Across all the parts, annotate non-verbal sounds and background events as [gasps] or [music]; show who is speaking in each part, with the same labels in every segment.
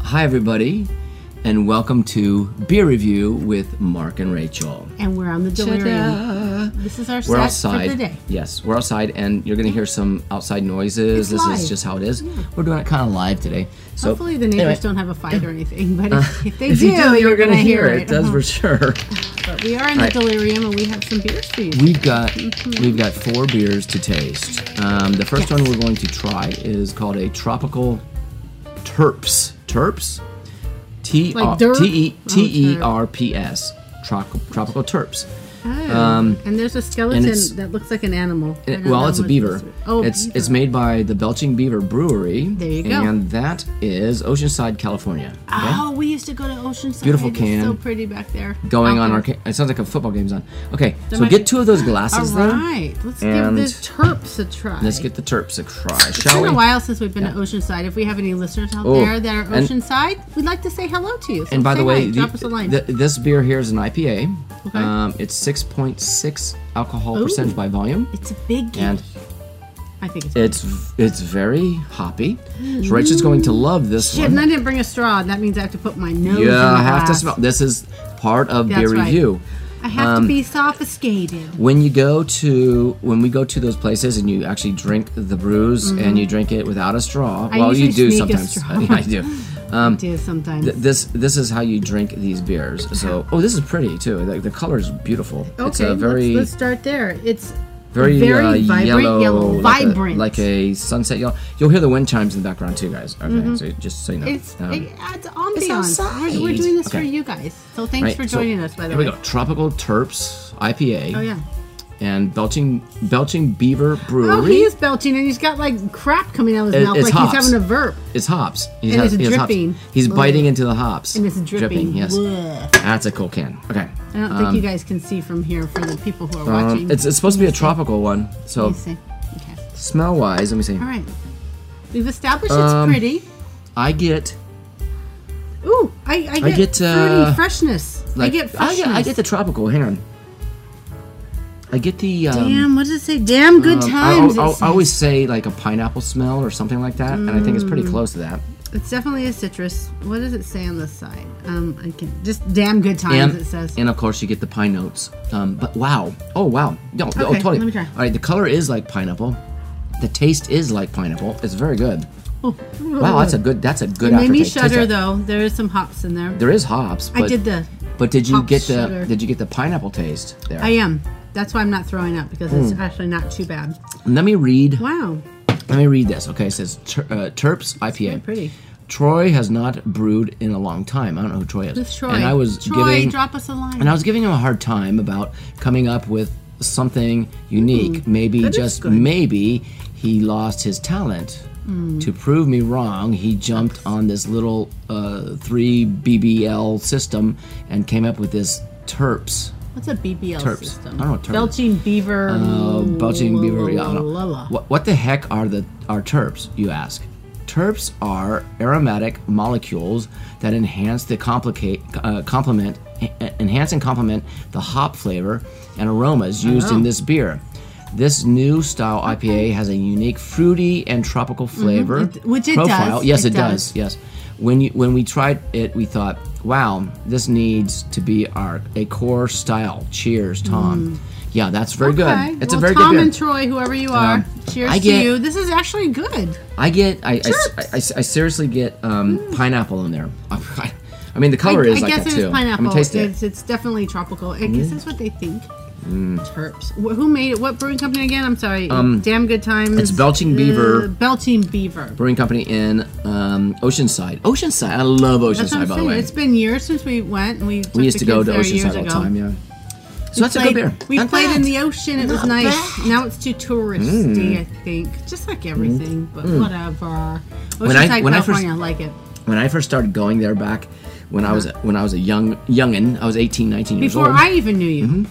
Speaker 1: Hi, everybody, and welcome to Beer Review with Mark and Rachel.
Speaker 2: and we're on the delirium.
Speaker 1: Ta-da.
Speaker 2: This is our
Speaker 1: We're
Speaker 2: set
Speaker 1: outside.
Speaker 2: for the day.
Speaker 1: Yes, we're outside, and you're going to hear some outside noises.
Speaker 2: It's
Speaker 1: this is
Speaker 2: live.
Speaker 1: just how it is. We're doing it kind of live today. So
Speaker 2: Hopefully the neighbors
Speaker 1: anyway, Uh,
Speaker 2: don't have a fight or anything, but if, if they
Speaker 1: If
Speaker 2: do,
Speaker 1: you do,
Speaker 2: you're
Speaker 1: you're going to hear it.
Speaker 2: it. Uh-huh.
Speaker 1: That's for sure.
Speaker 2: But we are in
Speaker 1: Right.
Speaker 2: the delirium, and we have some beers for you.
Speaker 1: We've got we've got four beers to taste. Um, the first one we're going to try is called a tropical terps. Terps. T R
Speaker 2: Like derp?
Speaker 1: T E
Speaker 2: Oh,
Speaker 1: T E
Speaker 2: terp.
Speaker 1: R P S. Tropical tropical terps.
Speaker 2: Oh. and there's a skeleton
Speaker 1: um, it's-
Speaker 2: that looks like an animal. I
Speaker 1: It-
Speaker 2: don't
Speaker 1: well,
Speaker 2: know
Speaker 1: it's a
Speaker 2: what
Speaker 1: beaver.
Speaker 2: this- Oh, a
Speaker 1: it's
Speaker 2: beaver.
Speaker 1: it's made by the Belching Beaver Brewery.
Speaker 2: There you go.
Speaker 1: And that is Oceanside, California. Okay?
Speaker 2: Oh, we used to go to Oceanside.
Speaker 1: Beautiful
Speaker 2: It's
Speaker 1: can.
Speaker 2: so pretty back there.
Speaker 1: Going on
Speaker 2: Falcon.
Speaker 1: our ca- it sounds like a football game's on. Okay, so
Speaker 2: might
Speaker 1: get
Speaker 2: be-
Speaker 1: two of those
Speaker 2: All
Speaker 1: glasses then.
Speaker 2: right, let's give
Speaker 1: And-
Speaker 2: the Terps a try.
Speaker 1: Let's get the terps a try,
Speaker 2: It's
Speaker 1: shall
Speaker 2: been
Speaker 1: we?
Speaker 2: a while since we've been to Oceanside. If we have any listeners out
Speaker 1: Oh,
Speaker 2: there that are
Speaker 1: and-
Speaker 2: Oceanside, we'd like to say hello to you. So
Speaker 1: And by
Speaker 2: say
Speaker 1: the way,
Speaker 2: hi,
Speaker 1: the-
Speaker 2: drop us a line.
Speaker 1: th- this beer here is an IPA.
Speaker 2: Okay.
Speaker 1: Um, it's 6.6 alcohol percentage
Speaker 2: Ooh.
Speaker 1: by volume,
Speaker 2: it's a big
Speaker 1: and
Speaker 2: I think it's.
Speaker 1: it's v- it's very hoppy. So Rachel's going to love this
Speaker 2: Mm. Shit,
Speaker 1: one.
Speaker 2: and I didn't bring a straw. That means I have to put my nose.
Speaker 1: You
Speaker 2: in the
Speaker 1: have to
Speaker 2: glass.
Speaker 1: smell. Um, This is part of
Speaker 2: That's
Speaker 1: beer
Speaker 2: right.
Speaker 1: review.
Speaker 2: I have to be sophisticated.
Speaker 1: When you go to when we go to those places and you actually drink the brews and you drink it without a straw.
Speaker 2: Mm-hmm. I
Speaker 1: well, you
Speaker 2: usually
Speaker 1: do
Speaker 2: sneak a
Speaker 1: sometimes.
Speaker 2: straw.
Speaker 1: [laughs] Yeah, I do.
Speaker 2: I do
Speaker 1: um,
Speaker 2: sometimes.
Speaker 1: Th- This this is how you drink these beers. So oh, this is pretty too. Like the color is beautiful.
Speaker 2: okay,
Speaker 1: it's a very
Speaker 2: let's, let's start there. It's
Speaker 1: very,
Speaker 2: very
Speaker 1: uh,
Speaker 2: vibrant
Speaker 1: yellow, like a-
Speaker 2: vibrant.
Speaker 1: like a, sunset yellow. You'll hear the wind chimes in the background too, guys. Okay, so just so you know,
Speaker 2: Mm-hmm. it's
Speaker 1: Um,
Speaker 2: it adds ambiance.
Speaker 1: outside.
Speaker 2: We're, we're doing this for
Speaker 1: Okay.
Speaker 2: you guys, so thanks
Speaker 1: right,
Speaker 2: for
Speaker 1: so
Speaker 2: joining us. By the
Speaker 1: here
Speaker 2: way,
Speaker 1: we go. Tropical Terps IPA.
Speaker 2: oh yeah.
Speaker 1: And belching belching Beaver Brewery.
Speaker 2: Oh, he is belching and he's got like crap coming out of his
Speaker 1: It-
Speaker 2: mouth,
Speaker 1: it's
Speaker 2: like
Speaker 1: hops.
Speaker 2: he's having a verp.
Speaker 1: It's hops. He's
Speaker 2: And it's
Speaker 1: he has hops.
Speaker 2: dripping.
Speaker 1: He's
Speaker 2: Ugh.
Speaker 1: biting into the hops.
Speaker 2: And it's dripping.
Speaker 1: yes.
Speaker 2: Blech.
Speaker 1: That's a cool can. Okay.
Speaker 2: I don't think you guys can see from here for the people who are
Speaker 1: Um,
Speaker 2: watching.
Speaker 1: it's, it's supposed to be a tropical one.
Speaker 2: Let me
Speaker 1: So
Speaker 2: see. Okay.
Speaker 1: smell wise, let me see.
Speaker 2: All right. We've established
Speaker 1: Um,
Speaker 2: it's pretty.
Speaker 1: I get
Speaker 2: Ooh, I, I get,
Speaker 1: get, uh,
Speaker 2: fruity freshness.
Speaker 1: like
Speaker 2: I get
Speaker 1: I
Speaker 2: freshness.
Speaker 1: get, I get the tropical. Hang on. I get the um,
Speaker 2: Damn, what does it say? Damn good
Speaker 1: um, I,
Speaker 2: times.
Speaker 1: I- I
Speaker 2: it says.
Speaker 1: always say like a pineapple smell or something like that, and I think it's
Speaker 2: Mm.
Speaker 1: pretty close to that.
Speaker 2: It's definitely a citrus. What does it say on this side? Um, I can just damn good times.
Speaker 1: And,
Speaker 2: it says.
Speaker 1: and of course you get the pine notes. Um, but wow, oh wow, no, oh,
Speaker 2: Okay,
Speaker 1: totally.
Speaker 2: let me try.
Speaker 1: All right, the color is like pineapple. The taste is like pineapple. It's very good.
Speaker 2: Oh,
Speaker 1: Wow, that's a good. That's a good.
Speaker 2: It made me
Speaker 1: aftertaste. Taste
Speaker 2: shudder
Speaker 1: that.
Speaker 2: though. There is some hops in there.
Speaker 1: There is hops. But,
Speaker 2: I did the.
Speaker 1: But did you
Speaker 2: hops
Speaker 1: get the?
Speaker 2: shudder.
Speaker 1: Did you get the pineapple taste there?
Speaker 2: I am. That's why I'm not throwing up because
Speaker 1: Hmm.
Speaker 2: it's actually not too bad.
Speaker 1: let me read.
Speaker 2: Wow,
Speaker 1: Let me read this. Okay, it says ter- uh, Terps IPA.
Speaker 2: pretty.
Speaker 1: Troy has not brewed in a long time. I don't know who Troy is.
Speaker 2: It's Troy.
Speaker 1: And I was
Speaker 2: Troy,
Speaker 1: giving.
Speaker 2: drop us a line.
Speaker 1: and I was giving him a hard time about coming up with something unique. Maybe
Speaker 2: Mm. is
Speaker 1: just
Speaker 2: good.
Speaker 1: maybe he lost his talent.
Speaker 2: Mm.
Speaker 1: To prove me wrong, he jumped on this little uh, three BBL system and came up with this Terps.
Speaker 2: What's a BBL
Speaker 1: Terps.
Speaker 2: system?
Speaker 1: I don't know what terp is.
Speaker 2: Belching beaver.
Speaker 1: Oh, belching beaver. Yeah, I don't
Speaker 2: la, la.
Speaker 1: know. What, what the heck are the are terps? You ask. Terps are aromatic molecules that enhance the complicate uh, complement en- enhance and complement the hop flavor and aromas used in this beer. This new style IPA has a unique fruity and tropical flavor
Speaker 2: Mm-hmm. It- which it
Speaker 1: profile.
Speaker 2: does.
Speaker 1: Yes, it,
Speaker 2: It
Speaker 1: does.
Speaker 2: does.
Speaker 1: Yes. When you when we tried it, we thought, "Wow, this needs to be our a core style." Cheers, Tom. Yeah, that's very
Speaker 2: Mm. Okay.
Speaker 1: good. It's
Speaker 2: well,
Speaker 1: a very
Speaker 2: Tom
Speaker 1: good beer.
Speaker 2: and Troy, whoever you are,
Speaker 1: Um,
Speaker 2: cheers
Speaker 1: I get-
Speaker 2: to you. This is actually good.
Speaker 1: I get, I, I s- I- I s- I seriously get um, pineapple in there. [laughs] I, mean, the color
Speaker 2: Mm. I,
Speaker 1: is
Speaker 2: I
Speaker 1: like
Speaker 2: guess
Speaker 1: that
Speaker 2: it
Speaker 1: too.
Speaker 2: is pineapple.
Speaker 1: I mean, taste it. Mm.
Speaker 2: It's, it's definitely tropical. I guess that's what they think. Terps. Wh- Who made it? What brewing company again? I'm sorry. Damn good times.
Speaker 1: Um,
Speaker 2: Uh,
Speaker 1: it's Belching Beaver.
Speaker 2: Belching Beaver.
Speaker 1: Brewing company in um, Oceanside. Oceanside. I love
Speaker 2: That's what
Speaker 1: Oceanside,
Speaker 2: I'm
Speaker 1: by the
Speaker 2: saying.
Speaker 1: way.
Speaker 2: It's been years since we went. And we took
Speaker 1: we used
Speaker 2: the
Speaker 1: to go
Speaker 2: kids
Speaker 1: to
Speaker 2: there years
Speaker 1: Oceanside all the
Speaker 2: ago.
Speaker 1: time. Yeah. So that's
Speaker 2: played-
Speaker 1: a good beer.
Speaker 2: We
Speaker 1: Not
Speaker 2: played in
Speaker 1: bad.
Speaker 2: the ocean. It was
Speaker 1: Not Mm.
Speaker 2: nice. Now it's too touristy, I think. Just like everything, but whatever.
Speaker 1: When I-
Speaker 2: Oceanside,
Speaker 1: when I first-
Speaker 2: California, I like it.
Speaker 1: when I first started going there back when I was when I was a young youngin, I was 18, 19 years
Speaker 2: Uh-huh. Before
Speaker 1: old.
Speaker 2: I even knew you.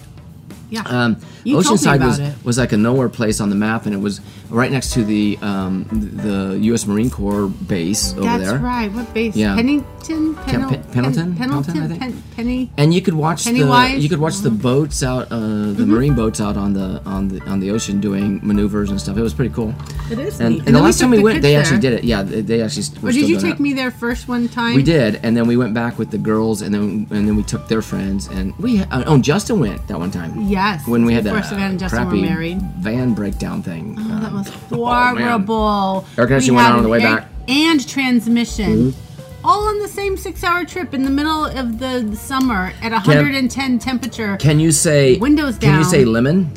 Speaker 2: Yeah.
Speaker 1: Mm-hmm. um,
Speaker 2: You told me
Speaker 1: Oceanside
Speaker 2: about
Speaker 1: was
Speaker 2: it.
Speaker 1: was like a nowhere place on the map, and it was right next to the um, the U.S. Marine Corps base over
Speaker 2: That's
Speaker 1: there.
Speaker 2: right. What base?
Speaker 1: Yeah.
Speaker 2: Pennington? Pennel-
Speaker 1: Pen- Pendleton?
Speaker 2: Pen- Pendleton?
Speaker 1: Pendleton, I think.
Speaker 2: Pen- Penny?
Speaker 1: And you could watch the
Speaker 2: Pennywise?
Speaker 1: you could watch the
Speaker 2: Mm-hmm.
Speaker 1: boats out, uh, the marine boats out on the on the on the ocean doing maneuvers and stuff. It was pretty cool.
Speaker 2: It
Speaker 1: And,
Speaker 2: is neat.
Speaker 1: and
Speaker 2: And
Speaker 1: the
Speaker 2: then we
Speaker 1: last time
Speaker 2: took
Speaker 1: we
Speaker 2: the
Speaker 1: went, they
Speaker 2: kids
Speaker 1: actually
Speaker 2: there.
Speaker 1: did it. Yeah, they, they actually.
Speaker 2: Or did you take me there first one time?
Speaker 1: We did, and then we went back with the girls, and then and then we took their friends, and we uh, oh Justin went that one time.
Speaker 2: Yes,
Speaker 1: When we had
Speaker 2: before
Speaker 1: that
Speaker 2: Savannah and
Speaker 1: uh,
Speaker 2: Justin were
Speaker 1: crappy
Speaker 2: married.
Speaker 1: van breakdown thing.
Speaker 2: Oh, that
Speaker 1: Um,
Speaker 2: was
Speaker 1: man.
Speaker 2: horrible.
Speaker 1: Eric and
Speaker 2: We
Speaker 1: she went
Speaker 2: had
Speaker 1: out on the
Speaker 2: an
Speaker 1: way
Speaker 2: egg
Speaker 1: back. Mm-hmm.
Speaker 2: And transmission. All on the same six-hour trip in the middle of the summer at 110 temperature.
Speaker 1: Can you say
Speaker 2: Windows
Speaker 1: Can you
Speaker 2: down.
Speaker 1: say lemon?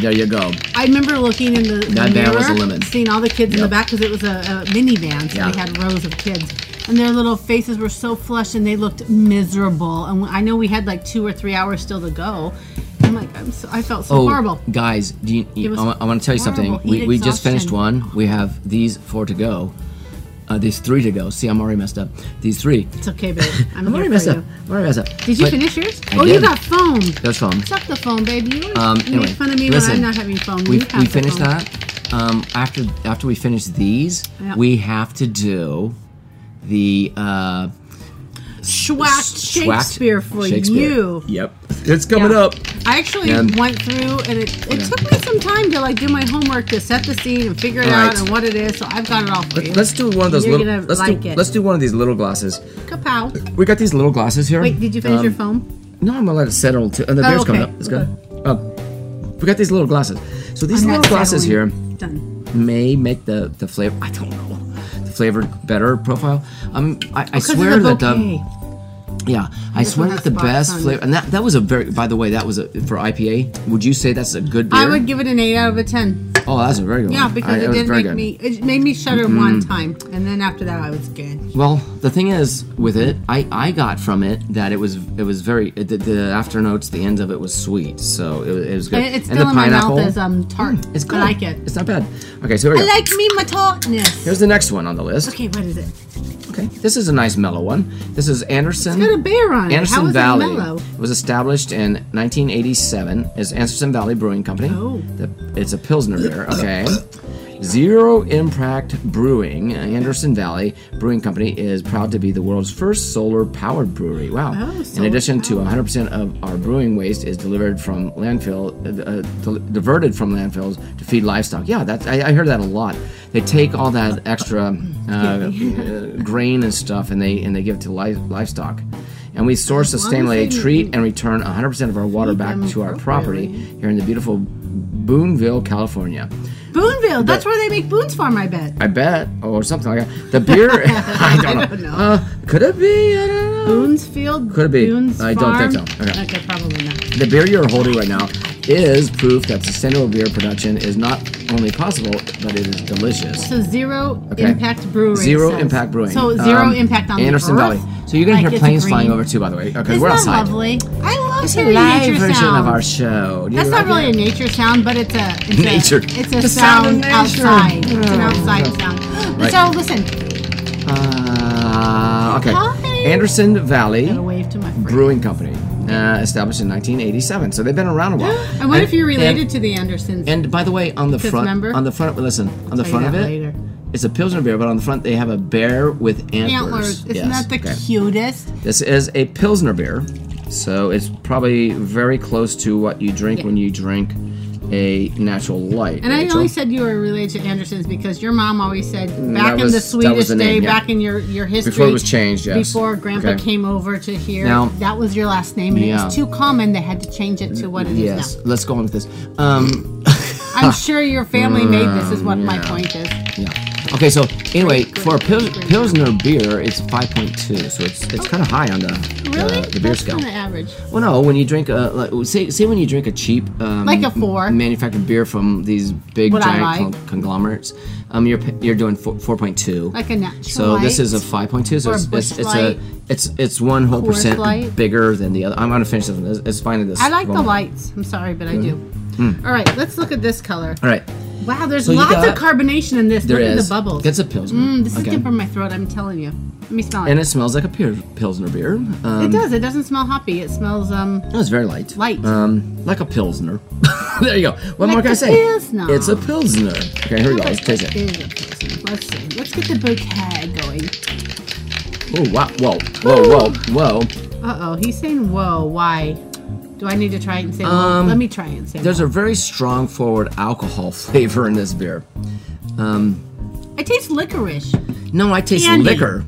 Speaker 1: There you go.
Speaker 2: I remember looking in the, the
Speaker 1: That van
Speaker 2: mirror,
Speaker 1: was a lemon.
Speaker 2: seeing all the kids in the
Speaker 1: Yep.
Speaker 2: back because it was a, a minivan, so
Speaker 1: Yeah.
Speaker 2: we had rows of kids, and their little faces were so flushed and they looked miserable. And I know we had like two or three hours still to go. I'm like, I'm so, I felt so
Speaker 1: Oh,
Speaker 2: horrible.
Speaker 1: guys, do you,
Speaker 2: It was
Speaker 1: I, want to tell you something.
Speaker 2: horrible.
Speaker 1: We,
Speaker 2: Heat
Speaker 1: we just finished
Speaker 2: exhaustion.
Speaker 1: one. We have these four to go. Uh, these three to go. See, I'm already messed up. These three.
Speaker 2: It's okay, babe.
Speaker 1: [laughs] I'm
Speaker 2: I'm, here
Speaker 1: already
Speaker 2: for
Speaker 1: messed
Speaker 2: you.
Speaker 1: up. I'm already messed up.
Speaker 2: Did you
Speaker 1: But-
Speaker 2: finish yours?
Speaker 1: I
Speaker 2: oh, you
Speaker 1: did.
Speaker 2: got foam.
Speaker 1: That's fun.
Speaker 2: Suck the foam, baby. You,
Speaker 1: Um,
Speaker 2: you
Speaker 1: anyway,
Speaker 2: make fun of me
Speaker 1: listen,
Speaker 2: when I'm not having foam.
Speaker 1: We,
Speaker 2: you have
Speaker 1: we
Speaker 2: the
Speaker 1: finished
Speaker 2: foam.
Speaker 1: that. Um, after after we finish these,
Speaker 2: Yeah.
Speaker 1: we have to do the uh,
Speaker 2: Schwacked
Speaker 1: schwack-
Speaker 2: Shakespeare for
Speaker 1: Shakespeare.
Speaker 2: you.
Speaker 1: Yep, it's coming
Speaker 2: Yeah.
Speaker 1: up.
Speaker 2: I actually
Speaker 1: And-
Speaker 2: went through, and it, it took me some time to like do my homework to set the scene and figure it
Speaker 1: All
Speaker 2: out
Speaker 1: right.
Speaker 2: and what it is. So I've got it all for you.
Speaker 1: Let's do one of those
Speaker 2: You're
Speaker 1: little.
Speaker 2: gonna
Speaker 1: Let's
Speaker 2: like
Speaker 1: do
Speaker 2: it.
Speaker 1: let's do one of these little glasses.
Speaker 2: Kapow.
Speaker 1: We got these little glasses here.
Speaker 2: Wait, did you finish
Speaker 1: Um,
Speaker 2: your foam?
Speaker 1: No, I'm gonna let it settle. To, and the
Speaker 2: Oh,
Speaker 1: beer's coming
Speaker 2: okay.
Speaker 1: up. It's good. Oh, we got these little glasses. So these
Speaker 2: I'm
Speaker 1: little
Speaker 2: not
Speaker 1: glasses here
Speaker 2: settling. Done.
Speaker 1: may make the the flavor. I don't know the flavor better profile. Um, I, I
Speaker 2: Because
Speaker 1: swear
Speaker 2: of the
Speaker 1: that
Speaker 2: bouquet.
Speaker 1: the yeah, I
Speaker 2: This
Speaker 1: swear
Speaker 2: one
Speaker 1: that
Speaker 2: has
Speaker 1: the
Speaker 2: spots
Speaker 1: best
Speaker 2: on it.
Speaker 1: flavor. And that that was a very. By the way, that was a for IPA. Would you say that's a good beer?
Speaker 2: I would give it an eight out of a ten.
Speaker 1: Oh, that's a very good.
Speaker 2: Yeah,
Speaker 1: one. I-
Speaker 2: because
Speaker 1: that
Speaker 2: it
Speaker 1: was
Speaker 2: did
Speaker 1: very
Speaker 2: make
Speaker 1: good. Mm-hmm.
Speaker 2: me. It made me shudder one time, and then after that, I was good.
Speaker 1: Well, the thing is, with it, I, I got from it that it was it was very the, the afternotes, the end of it was sweet, so it, was- it was good.
Speaker 2: And it's
Speaker 1: And Mm,
Speaker 2: still in my mouth as um tart.
Speaker 1: It's good.
Speaker 2: I like it.
Speaker 1: It's not bad. Okay, so here we
Speaker 2: I
Speaker 1: go.
Speaker 2: like me my tartness.
Speaker 1: Here's the next one on the list.
Speaker 2: Okay, what is it?
Speaker 1: Okay, this is a nice mellow one. This is Anderson.
Speaker 2: It's got a bear on it.
Speaker 1: Anderson
Speaker 2: How is it
Speaker 1: Valley
Speaker 2: mellow?
Speaker 1: was established in 1987 as Anderson Valley Brewing Company.
Speaker 2: Oh.
Speaker 1: The- it's a Pilsner beer. Okay. Zero Impact Brewing, Anderson Valley Brewing Company, is proud to be the world's first solar powered brewery. Wow.
Speaker 2: Oh,
Speaker 1: in
Speaker 2: solar
Speaker 1: addition to 100% of our brewing waste is delivered from landfill, uh, uh, del- diverted from landfills to feed livestock. Yeah, that's, I, I hear that a lot. They take all that extra uh, uh,
Speaker 2: [laughs]
Speaker 1: grain and stuff and they and they give it to li- livestock. And we source
Speaker 2: As long as
Speaker 1: sustainably
Speaker 2: they-
Speaker 1: treat and return 100% of our water
Speaker 2: Feed
Speaker 1: back
Speaker 2: them
Speaker 1: to our property
Speaker 2: appropriately.
Speaker 1: here in the beautiful Boonville, California.
Speaker 2: Boonville. That's where they make Boone's Farm, I bet.
Speaker 1: I bet, or something like that. The beer, [laughs] I don't know.
Speaker 2: don't [laughs] know.
Speaker 1: Uh, could it be? I don't know.
Speaker 2: Boonesfield?
Speaker 1: Could it be?
Speaker 2: Boone's
Speaker 1: I don't think
Speaker 2: Farm?
Speaker 1: so. Okay.
Speaker 2: probably not.
Speaker 1: The beer you're holding right now is proof that sustainable beer production is not only possible, but it is delicious.
Speaker 2: So zero
Speaker 1: Okay.
Speaker 2: impact brewing.
Speaker 1: Zero
Speaker 2: says.
Speaker 1: impact brewing.
Speaker 2: So zero
Speaker 1: Um,
Speaker 2: impact on
Speaker 1: Anderson
Speaker 2: the
Speaker 1: Valley.
Speaker 2: earth.
Speaker 1: So you're gonna
Speaker 2: Like
Speaker 1: hear
Speaker 2: it's
Speaker 1: planes
Speaker 2: green.
Speaker 1: flying over too, by the way. Okay,
Speaker 2: Isn't
Speaker 1: we're
Speaker 2: that
Speaker 1: outside.
Speaker 2: lovely? I love
Speaker 1: It's a
Speaker 2: hearing
Speaker 1: live
Speaker 2: nature
Speaker 1: version
Speaker 2: sounds.
Speaker 1: of our show. Do you
Speaker 2: That's
Speaker 1: like
Speaker 2: not really
Speaker 1: it?
Speaker 2: a nature sound, but it's a it's
Speaker 1: Nature.
Speaker 2: A, it's a
Speaker 1: The sound
Speaker 2: sound,
Speaker 1: of nature.
Speaker 2: outside. It's an
Speaker 1: Oh.
Speaker 2: outside sound. [gasps] Let's
Speaker 1: Right.
Speaker 2: all listen.
Speaker 1: Uh, okay.
Speaker 2: Hi.
Speaker 1: Anderson Valley
Speaker 2: Gotta wave to my friend.
Speaker 1: Brewing Company, uh, established in 1987. So they've been around a
Speaker 2: [gasps]
Speaker 1: while.
Speaker 2: I wonder if you're
Speaker 1: And-
Speaker 2: related to the Andersons.
Speaker 1: And, and by the way, on the front,
Speaker 2: remember?
Speaker 1: on the front, listen, on the
Speaker 2: Tell you
Speaker 1: front of
Speaker 2: that
Speaker 1: it,
Speaker 2: later.
Speaker 1: it's a pilsner beer, but on the front they have a bear with antlers.
Speaker 2: Antlers. Isn't
Speaker 1: Yes,
Speaker 2: that the
Speaker 1: okay.
Speaker 2: cutest?
Speaker 1: This is a Pilsner beer, so it's probably very close to what you drink
Speaker 2: Yeah.
Speaker 1: when you drink a natural light.
Speaker 2: And I
Speaker 1: Rachel.
Speaker 2: only said you were related to Andersons because your mom always said back
Speaker 1: was-
Speaker 2: in the
Speaker 1: that was
Speaker 2: Swedish
Speaker 1: the
Speaker 2: day,
Speaker 1: name, yeah.
Speaker 2: back in your, your history.
Speaker 1: Before it was changed, yes.
Speaker 2: Before Grandpa
Speaker 1: Okay.
Speaker 2: came over to here,
Speaker 1: Now-
Speaker 2: that was your last name. And It was
Speaker 1: Yeah.
Speaker 2: too common. They had to change it to what it is
Speaker 1: Yes, let's go on with this. Um, [laughs]
Speaker 2: now. I'm sure your family made this, is what
Speaker 1: Mm,
Speaker 2: my point is.
Speaker 1: yeah. Okay, so anyway, for a pil- Pilsner beer, it's 5.2, so it's it's kind of high on the
Speaker 2: Oh. Really?
Speaker 1: the, the beer
Speaker 2: That's
Speaker 1: scale.
Speaker 2: kind of average.
Speaker 1: Well, no. When you drink a like, say, say when you drink a cheap, um,
Speaker 2: Like a four.
Speaker 1: manufactured beer from these big
Speaker 2: What I
Speaker 1: giant
Speaker 2: like.
Speaker 1: con- conglomerates, um, you're p- you're doing four, four point two.
Speaker 2: Like a natural.
Speaker 1: so this is a five point two. So
Speaker 2: or a
Speaker 1: it's it's,
Speaker 2: Busch
Speaker 1: it's a
Speaker 2: Light.
Speaker 1: it's it's one whole
Speaker 2: Coors
Speaker 1: percent
Speaker 2: Light.
Speaker 1: bigger than the other. I'm gonna finish this one. It's, it's fine. in This
Speaker 2: I like the
Speaker 1: moment.
Speaker 2: lights. I'm sorry, but I do. All right, let's look at this color.
Speaker 1: mm. All right,
Speaker 2: Wow, there's
Speaker 1: So you
Speaker 2: lots
Speaker 1: got-
Speaker 2: of carbonation in this.
Speaker 1: there
Speaker 2: look
Speaker 1: is
Speaker 2: at the bubbles.
Speaker 1: That's a pilsner.
Speaker 2: Mm, this
Speaker 1: okay.
Speaker 2: is different from my throat. I'm telling you. Let me smell it.
Speaker 1: And it smells like a pir- pilsner beer. Um,
Speaker 2: It does. It doesn't smell hoppy. It smells um.
Speaker 1: no, it's very light.
Speaker 2: Light.
Speaker 1: Um, like a pilsner. [laughs] there you go. What more
Speaker 2: Like
Speaker 1: can I
Speaker 2: a
Speaker 1: say?
Speaker 2: pilsner.
Speaker 1: It's a pilsner. Okay, here we go. Let's taste it.
Speaker 2: Let's see. Let's get the bouquet going.
Speaker 1: Oh wow! Whoa! Whoa! Whoa! Whoa!
Speaker 2: Uh oh, he's saying whoa. Why? Do I need to try it and say? whoa?
Speaker 1: Um,
Speaker 2: Let me try it and say.
Speaker 1: [laughs] There's a very strong forward alcohol flavor in this beer.
Speaker 2: I taste licorice.
Speaker 1: No, I taste
Speaker 2: Candy.
Speaker 1: liquor.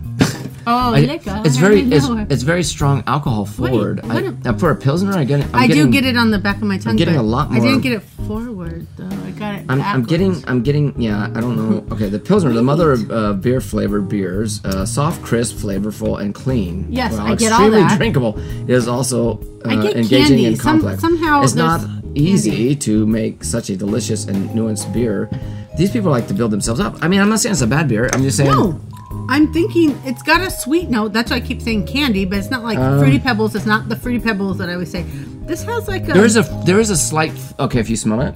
Speaker 2: Oh,
Speaker 1: I-
Speaker 2: liquor.
Speaker 1: it's
Speaker 2: I
Speaker 1: very
Speaker 2: didn't
Speaker 1: it's,
Speaker 2: know it.
Speaker 1: it's very strong alcohol forward.
Speaker 2: what
Speaker 1: I,
Speaker 2: a-
Speaker 1: now for a pilsner, I get it. I'm
Speaker 2: I
Speaker 1: getting,
Speaker 2: do get it on the back of my tongue.
Speaker 1: getting
Speaker 2: but
Speaker 1: a lot
Speaker 2: I
Speaker 1: more-
Speaker 2: didn't get it forward though. I got it.
Speaker 1: I'm, I'm
Speaker 2: backwards.
Speaker 1: getting I'm getting yeah I don't
Speaker 2: [laughs]
Speaker 1: know. Okay, the pilsner, the mother of uh, beer flavored beers, uh, soft, crisp, flavorful, and clean.
Speaker 2: Yes,
Speaker 1: While
Speaker 2: I get all
Speaker 1: extremely
Speaker 2: that.
Speaker 1: drinkable. It is also uh,
Speaker 2: I get
Speaker 1: engaging
Speaker 2: candy.
Speaker 1: and
Speaker 2: Some-
Speaker 1: complex.
Speaker 2: somehow
Speaker 1: it's not
Speaker 2: there's
Speaker 1: easy to make such a delicious and nuanced beer. These people like to build themselves up. I mean, I'm not saying it's a bad beer. I'm just saying
Speaker 2: No, Oh, I'm thinking it's got a sweet note. That's why I keep saying candy, but it's not like
Speaker 1: Um,
Speaker 2: fruity pebbles. It's not the fruity pebbles that I always say. This has like a.
Speaker 1: There is a there is a slight okay if you smell it.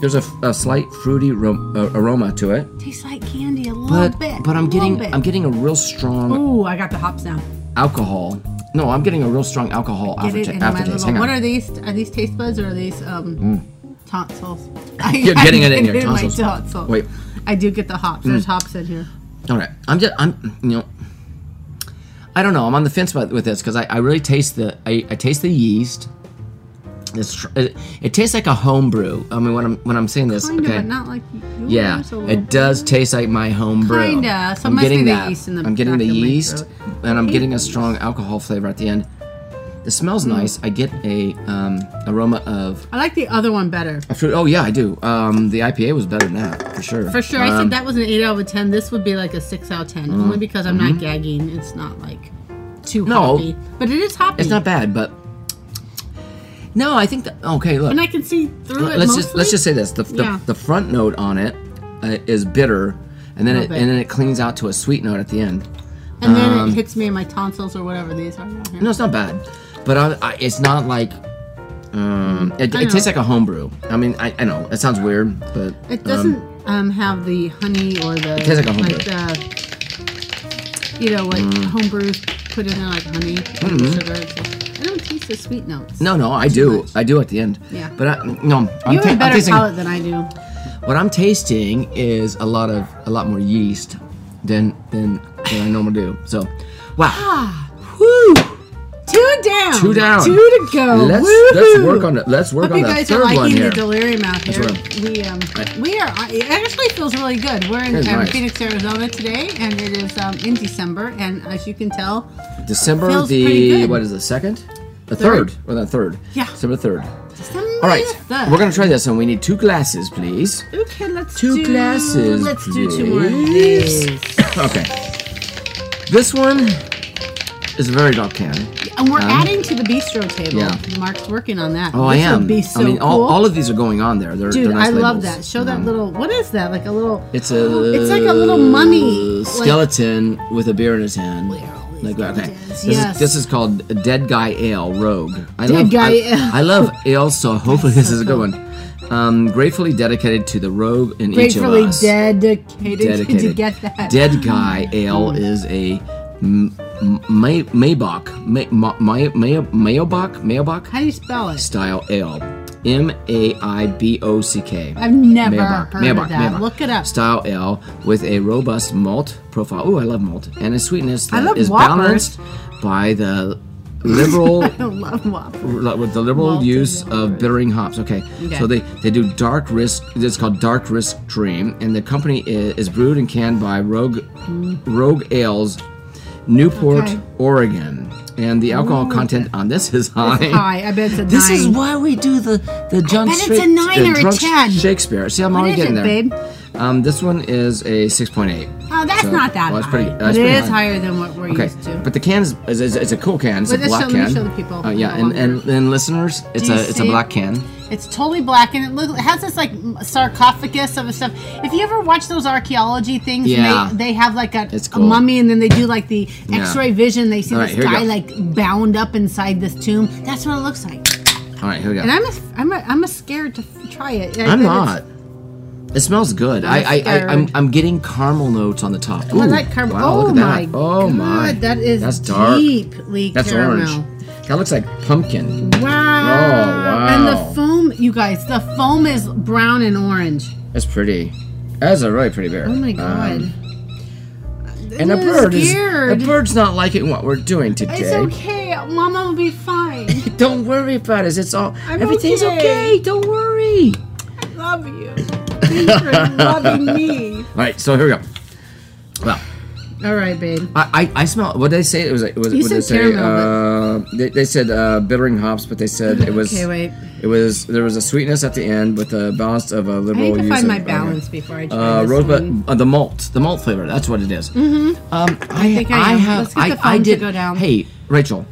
Speaker 1: There's a, a slight fruity ro- uh, aroma to it,
Speaker 2: tastes like candy a little
Speaker 1: but
Speaker 2: bit.
Speaker 1: but
Speaker 2: a
Speaker 1: I'm
Speaker 2: little
Speaker 1: getting
Speaker 2: bit.
Speaker 1: I'm getting a real strong
Speaker 2: Ooh, I got the hops now.
Speaker 1: alcohol. No, I'm getting a real strong alcohol
Speaker 2: Get it
Speaker 1: afterta-
Speaker 2: in my
Speaker 1: aftertaste.
Speaker 2: little.
Speaker 1: Hang on. Hmm.
Speaker 2: What are these? Are these taste buds or are these um, tonsils? [laughs] I,
Speaker 1: You're getting it in your
Speaker 2: my
Speaker 1: tonsils.
Speaker 2: tonsils.
Speaker 1: Wait. Hmm.
Speaker 2: I do get the hops. There's hops in here.
Speaker 1: All right, I'm just I'm you know. I don't know. I'm on the fence about, with this because I, I really taste the I, I taste the yeast. It's, tr- it, it tastes like a homebrew. I mean, when I'm when I'm saying this,
Speaker 2: Kind
Speaker 1: okay,
Speaker 2: of, but not like. yours
Speaker 1: yeah,
Speaker 2: a little
Speaker 1: it does taste like my homebrew.
Speaker 2: Kinda, so it
Speaker 1: I'm
Speaker 2: must be
Speaker 1: getting
Speaker 2: the
Speaker 1: that.
Speaker 2: yeast in the
Speaker 1: I'm getting
Speaker 2: back
Speaker 1: the
Speaker 2: of my
Speaker 1: yeast,
Speaker 2: throat.
Speaker 1: and I'm
Speaker 2: hate
Speaker 1: getting a strong alcohol flavor at the end. The
Speaker 2: Hmm.
Speaker 1: smell's nice. I get a um, aroma of
Speaker 2: I like the other one better.
Speaker 1: a fruit. Oh yeah, I do. Um, the IPA was better than that for sure. Uh,
Speaker 2: For sure,
Speaker 1: Um,
Speaker 2: I said that was an eight out of a ten. This would be like a six out of 10
Speaker 1: Mm-hmm.
Speaker 2: only because I'm not gagging. It's not like too
Speaker 1: No.
Speaker 2: hoppy, but it is hoppy.
Speaker 1: It's not bad, but no, I think that okay. Look,
Speaker 2: and I can see through it.
Speaker 1: Uh, let's just let's
Speaker 2: mostly.
Speaker 1: just say this: the, the,
Speaker 2: Yeah.
Speaker 1: the front note on it uh, is bitter, and then it,
Speaker 2: bit.
Speaker 1: and then it cleans out to a sweet note at the end.
Speaker 2: and then it hits me in my tonsils or whatever these are. down here.
Speaker 1: um, No, it's not bad, but I, I, it's not like um, it,
Speaker 2: I
Speaker 1: it tastes
Speaker 2: know.
Speaker 1: like a homebrew. I mean, I, I know it sounds weird, but
Speaker 2: It doesn't um, have the honey or the
Speaker 1: tastes like a homebrew. Mm.
Speaker 2: the you know what homebrews put in there like honey and sugar. It's just- I don't taste the sweet notes.
Speaker 1: Mm-hmm. no, no, I do,
Speaker 2: much.
Speaker 1: I do at the end.
Speaker 2: Yeah.
Speaker 1: but I, no, I'm,
Speaker 2: you
Speaker 1: ta-
Speaker 2: have a
Speaker 1: I'm
Speaker 2: better
Speaker 1: tasting.
Speaker 2: palate than I do.
Speaker 1: What I'm tasting is a lot of a lot more yeast than than than I normally do. So, wow,
Speaker 2: Woo! Two down.
Speaker 1: Two down.
Speaker 2: Two to go.
Speaker 1: let's let's
Speaker 2: Woo-hoo.
Speaker 1: work on it. Let's work
Speaker 2: Hope
Speaker 1: on
Speaker 2: you
Speaker 1: that
Speaker 2: guys are
Speaker 1: third one
Speaker 2: liking
Speaker 1: here.
Speaker 2: the delirium out here.
Speaker 1: right.
Speaker 2: We um, we are. It actually feels really good. We're in
Speaker 1: It is
Speaker 2: um,
Speaker 1: nice.
Speaker 2: Phoenix, Arizona today, and it is um, in December. And as you can tell,
Speaker 1: December
Speaker 2: Feels pretty
Speaker 1: the
Speaker 2: good.
Speaker 1: what is the second? The
Speaker 2: Third.
Speaker 1: third. Well, the third.
Speaker 2: Yeah.
Speaker 1: December third.
Speaker 2: December
Speaker 1: All right,
Speaker 2: the-
Speaker 1: we're gonna try this, and we need two glasses, please.
Speaker 2: Okay, let's
Speaker 1: Two
Speaker 2: do,
Speaker 1: glasses,
Speaker 2: Let's do two more of
Speaker 1: please.
Speaker 2: these.
Speaker 1: Okay. This one is a very dark can.
Speaker 2: And we're adding to the bistro table.
Speaker 1: Um, yeah.
Speaker 2: Mark's working on that.
Speaker 1: Oh, I
Speaker 2: this
Speaker 1: am.
Speaker 2: Would be so
Speaker 1: I mean, all,
Speaker 2: cool.
Speaker 1: all of these are going on there. They're,
Speaker 2: Dude,
Speaker 1: they're nice
Speaker 2: I love
Speaker 1: labels. Um,
Speaker 2: that. Show that little. What is that? Like a little.
Speaker 1: It's a.
Speaker 2: Oh, It's like a little mummy. like-
Speaker 1: skeleton with a beer in his hand.
Speaker 2: are all these
Speaker 1: Like that. Okay.
Speaker 2: skeletons?
Speaker 1: This,
Speaker 2: Yes.
Speaker 1: is, this is called Dead Guy Ale Rogue. I
Speaker 2: Dead
Speaker 1: love,
Speaker 2: Guy
Speaker 1: I,
Speaker 2: Ale.
Speaker 1: I
Speaker 2: [laughs]
Speaker 1: love ale, so hopefully this is a good
Speaker 2: cool.
Speaker 1: one. Um, gratefully dedicated to the rogue in each
Speaker 2: gratefully
Speaker 1: of us.
Speaker 2: [laughs] dedicated, to
Speaker 1: Dedicated.
Speaker 2: get that.
Speaker 1: Dead Guy Ale is a m- m- May- Maybach May- Ma- May- May- Maybach Maybach
Speaker 2: How do you spell it?
Speaker 1: style ale. M A I B O C K.
Speaker 2: I've never heard of that.
Speaker 1: Maybach.
Speaker 2: Look it up.
Speaker 1: Style ale with a robust malt profile. Oh, I love malt. And a sweetness that is
Speaker 2: love Whoppers.
Speaker 1: balanced by the liberal
Speaker 2: [laughs] I love Whopper.
Speaker 1: with the liberal
Speaker 2: Malt and
Speaker 1: use of bittering hops. Okay.
Speaker 2: Okay.
Speaker 1: So they, they do dark risk. It's called Dark Risk Dream, and the company is, is brewed and canned by Rogue Rogue Ales, Newport,
Speaker 2: Mm. Okay.
Speaker 1: Oregon, and the alcohol content on this is high.
Speaker 2: Hi, I bet it's a
Speaker 1: This
Speaker 2: nine.
Speaker 1: is why we do the the John
Speaker 2: bet it's
Speaker 1: Shak-
Speaker 2: a nine
Speaker 1: the
Speaker 2: or a
Speaker 1: drunk
Speaker 2: 10.
Speaker 1: Shakespeare. See, I'm
Speaker 2: What
Speaker 1: already
Speaker 2: is
Speaker 1: getting
Speaker 2: it,
Speaker 1: there.
Speaker 2: babe?
Speaker 1: Um, this one is a 6.8.
Speaker 2: Oh, that's
Speaker 1: So,
Speaker 2: not that
Speaker 1: well, it's
Speaker 2: high.
Speaker 1: pretty-
Speaker 2: but
Speaker 1: that's
Speaker 2: it
Speaker 1: pretty
Speaker 2: is
Speaker 1: high.
Speaker 2: higher than what we're
Speaker 1: Okay,
Speaker 2: used to.
Speaker 1: but the can is, is, is- it's a cool can. It's
Speaker 2: Well,
Speaker 1: a
Speaker 2: let's
Speaker 1: black
Speaker 2: show- let me
Speaker 1: can.
Speaker 2: show the people
Speaker 1: Uh, yeah,
Speaker 2: how
Speaker 1: and,
Speaker 2: long
Speaker 1: and, and listeners, it's
Speaker 2: Do you
Speaker 1: a it's a
Speaker 2: see?
Speaker 1: black can.
Speaker 2: It's totally black, and it, look, it has this like m- sarcophagus of a stuff. If you ever watch those archaeology things, and
Speaker 1: Yeah.
Speaker 2: they, they have like a,
Speaker 1: It's
Speaker 2: a
Speaker 1: cool.
Speaker 2: mummy, and then they do like the
Speaker 1: Yeah.
Speaker 2: X-ray vision. They see
Speaker 1: All right,
Speaker 2: this
Speaker 1: here we
Speaker 2: guy
Speaker 1: go.
Speaker 2: like bound up inside this tomb. That's what it looks like.
Speaker 1: All right, here we go.
Speaker 2: And I'm a, I'm a, I'm a scared to f- try it. I
Speaker 1: I'm
Speaker 2: bet it's-
Speaker 1: not. It smells good.
Speaker 2: I'm
Speaker 1: I, I, I I'm
Speaker 2: scared.
Speaker 1: I'm getting caramel notes on the top.
Speaker 2: I
Speaker 1: Ooh,
Speaker 2: like caramel.
Speaker 1: Wow,
Speaker 2: oh
Speaker 1: look at
Speaker 2: my
Speaker 1: that. Oh
Speaker 2: god,
Speaker 1: my.
Speaker 2: that is
Speaker 1: That's dark.
Speaker 2: deeply
Speaker 1: That's
Speaker 2: caramel.
Speaker 1: orange. That looks like pumpkin.
Speaker 2: Wow.
Speaker 1: wow.
Speaker 2: And the foam, you guys, the foam is brown and orange.
Speaker 1: That's pretty. That's a really pretty beer. Um,
Speaker 2: Oh my god.
Speaker 1: and a
Speaker 2: I'm
Speaker 1: bird
Speaker 2: scared.
Speaker 1: is a bird's not liking what we're doing today.
Speaker 2: It's okay. Mama will be [laughs] fine.
Speaker 1: Don't worry about it. It's all
Speaker 2: I'm
Speaker 1: everything's
Speaker 2: okay.
Speaker 1: okay. Don't worry.
Speaker 2: Love you. me for loving me.
Speaker 1: All right, so here we go. Well,
Speaker 2: All right, babe.
Speaker 1: I, I, I smell. What did they say? It was. It was.
Speaker 2: You
Speaker 1: what did they
Speaker 2: said
Speaker 1: say?
Speaker 2: caramel,
Speaker 1: Uh, they, they said uh, bittering hops, but they said it was.
Speaker 2: [laughs] Okay, wait.
Speaker 1: It was. There was a sweetness at the end with a balance of a
Speaker 2: I
Speaker 1: liberal.
Speaker 2: need to
Speaker 1: use
Speaker 2: find
Speaker 1: of-
Speaker 2: my
Speaker 1: okay.
Speaker 2: balance before I try
Speaker 1: Uh,
Speaker 2: this one.
Speaker 1: rosebud, uh, the malt, the malt flavor. That's what it is. Mm-hmm. Um, I,
Speaker 2: think I am.
Speaker 1: have.
Speaker 2: Let's get
Speaker 1: I,
Speaker 2: the
Speaker 1: I
Speaker 2: phone to
Speaker 1: did.
Speaker 2: go down.
Speaker 1: Hey, Rachel,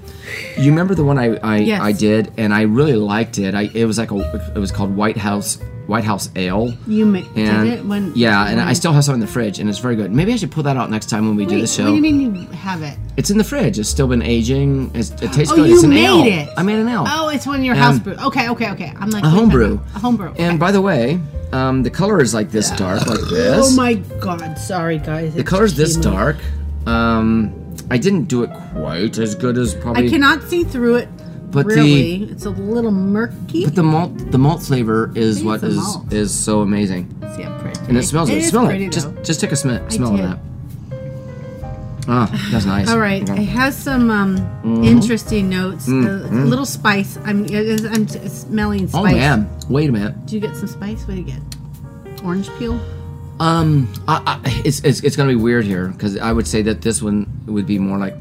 Speaker 1: you remember the one I I,
Speaker 2: Yes.
Speaker 1: I did, and I really liked it. I it was like a it was called White House White House Ale.
Speaker 2: You ma- did
Speaker 1: And
Speaker 2: it when?
Speaker 1: yeah, and
Speaker 2: when-
Speaker 1: I still have some in the fridge, and it's very good. Maybe I should pull that out next time when we
Speaker 2: Wait,
Speaker 1: do the show.
Speaker 2: What do you mean you have it?
Speaker 1: It's in the fridge. It's still been aging. It's, it tastes
Speaker 2: Oh,
Speaker 1: good.
Speaker 2: you
Speaker 1: it's an
Speaker 2: made
Speaker 1: ale.
Speaker 2: it.
Speaker 1: I made an ale.
Speaker 2: Oh, it's when your
Speaker 1: And-
Speaker 2: house brew. Okay, okay, okay. I'm like
Speaker 1: a
Speaker 2: wait
Speaker 1: homebrew.
Speaker 2: minute. A homebrew. okay.
Speaker 1: And by the way, um, the color is like this dark, like this.
Speaker 2: oh my God! Sorry, guys.
Speaker 1: The color's this dark. Um, I didn't do it quite as good as probably.
Speaker 2: I cannot see through it.
Speaker 1: But the-
Speaker 2: really, it's a little murky.
Speaker 1: But the malt, the malt flavor is
Speaker 2: think
Speaker 1: what
Speaker 2: it's the
Speaker 1: is
Speaker 2: malt.
Speaker 1: is so amazing,
Speaker 2: See, I'm pretty.
Speaker 1: and it smells it.
Speaker 2: is
Speaker 1: smell
Speaker 2: pretty,
Speaker 1: it. Just
Speaker 2: though.
Speaker 1: just take a sm- smell
Speaker 2: did.
Speaker 1: of that. Ah, that's nice.
Speaker 2: All right, it
Speaker 1: Okay.
Speaker 2: has some um,
Speaker 1: Mm-hmm.
Speaker 2: interesting notes. A little spice. I'm, it is- I'm t- smelling
Speaker 1: Oh
Speaker 2: spice.
Speaker 1: man, wait a minute.
Speaker 2: Do you get some spice? What do you get? Orange peel.
Speaker 1: Um, I, I, it's, it's it's gonna be weird here because I would say that this one would be more like,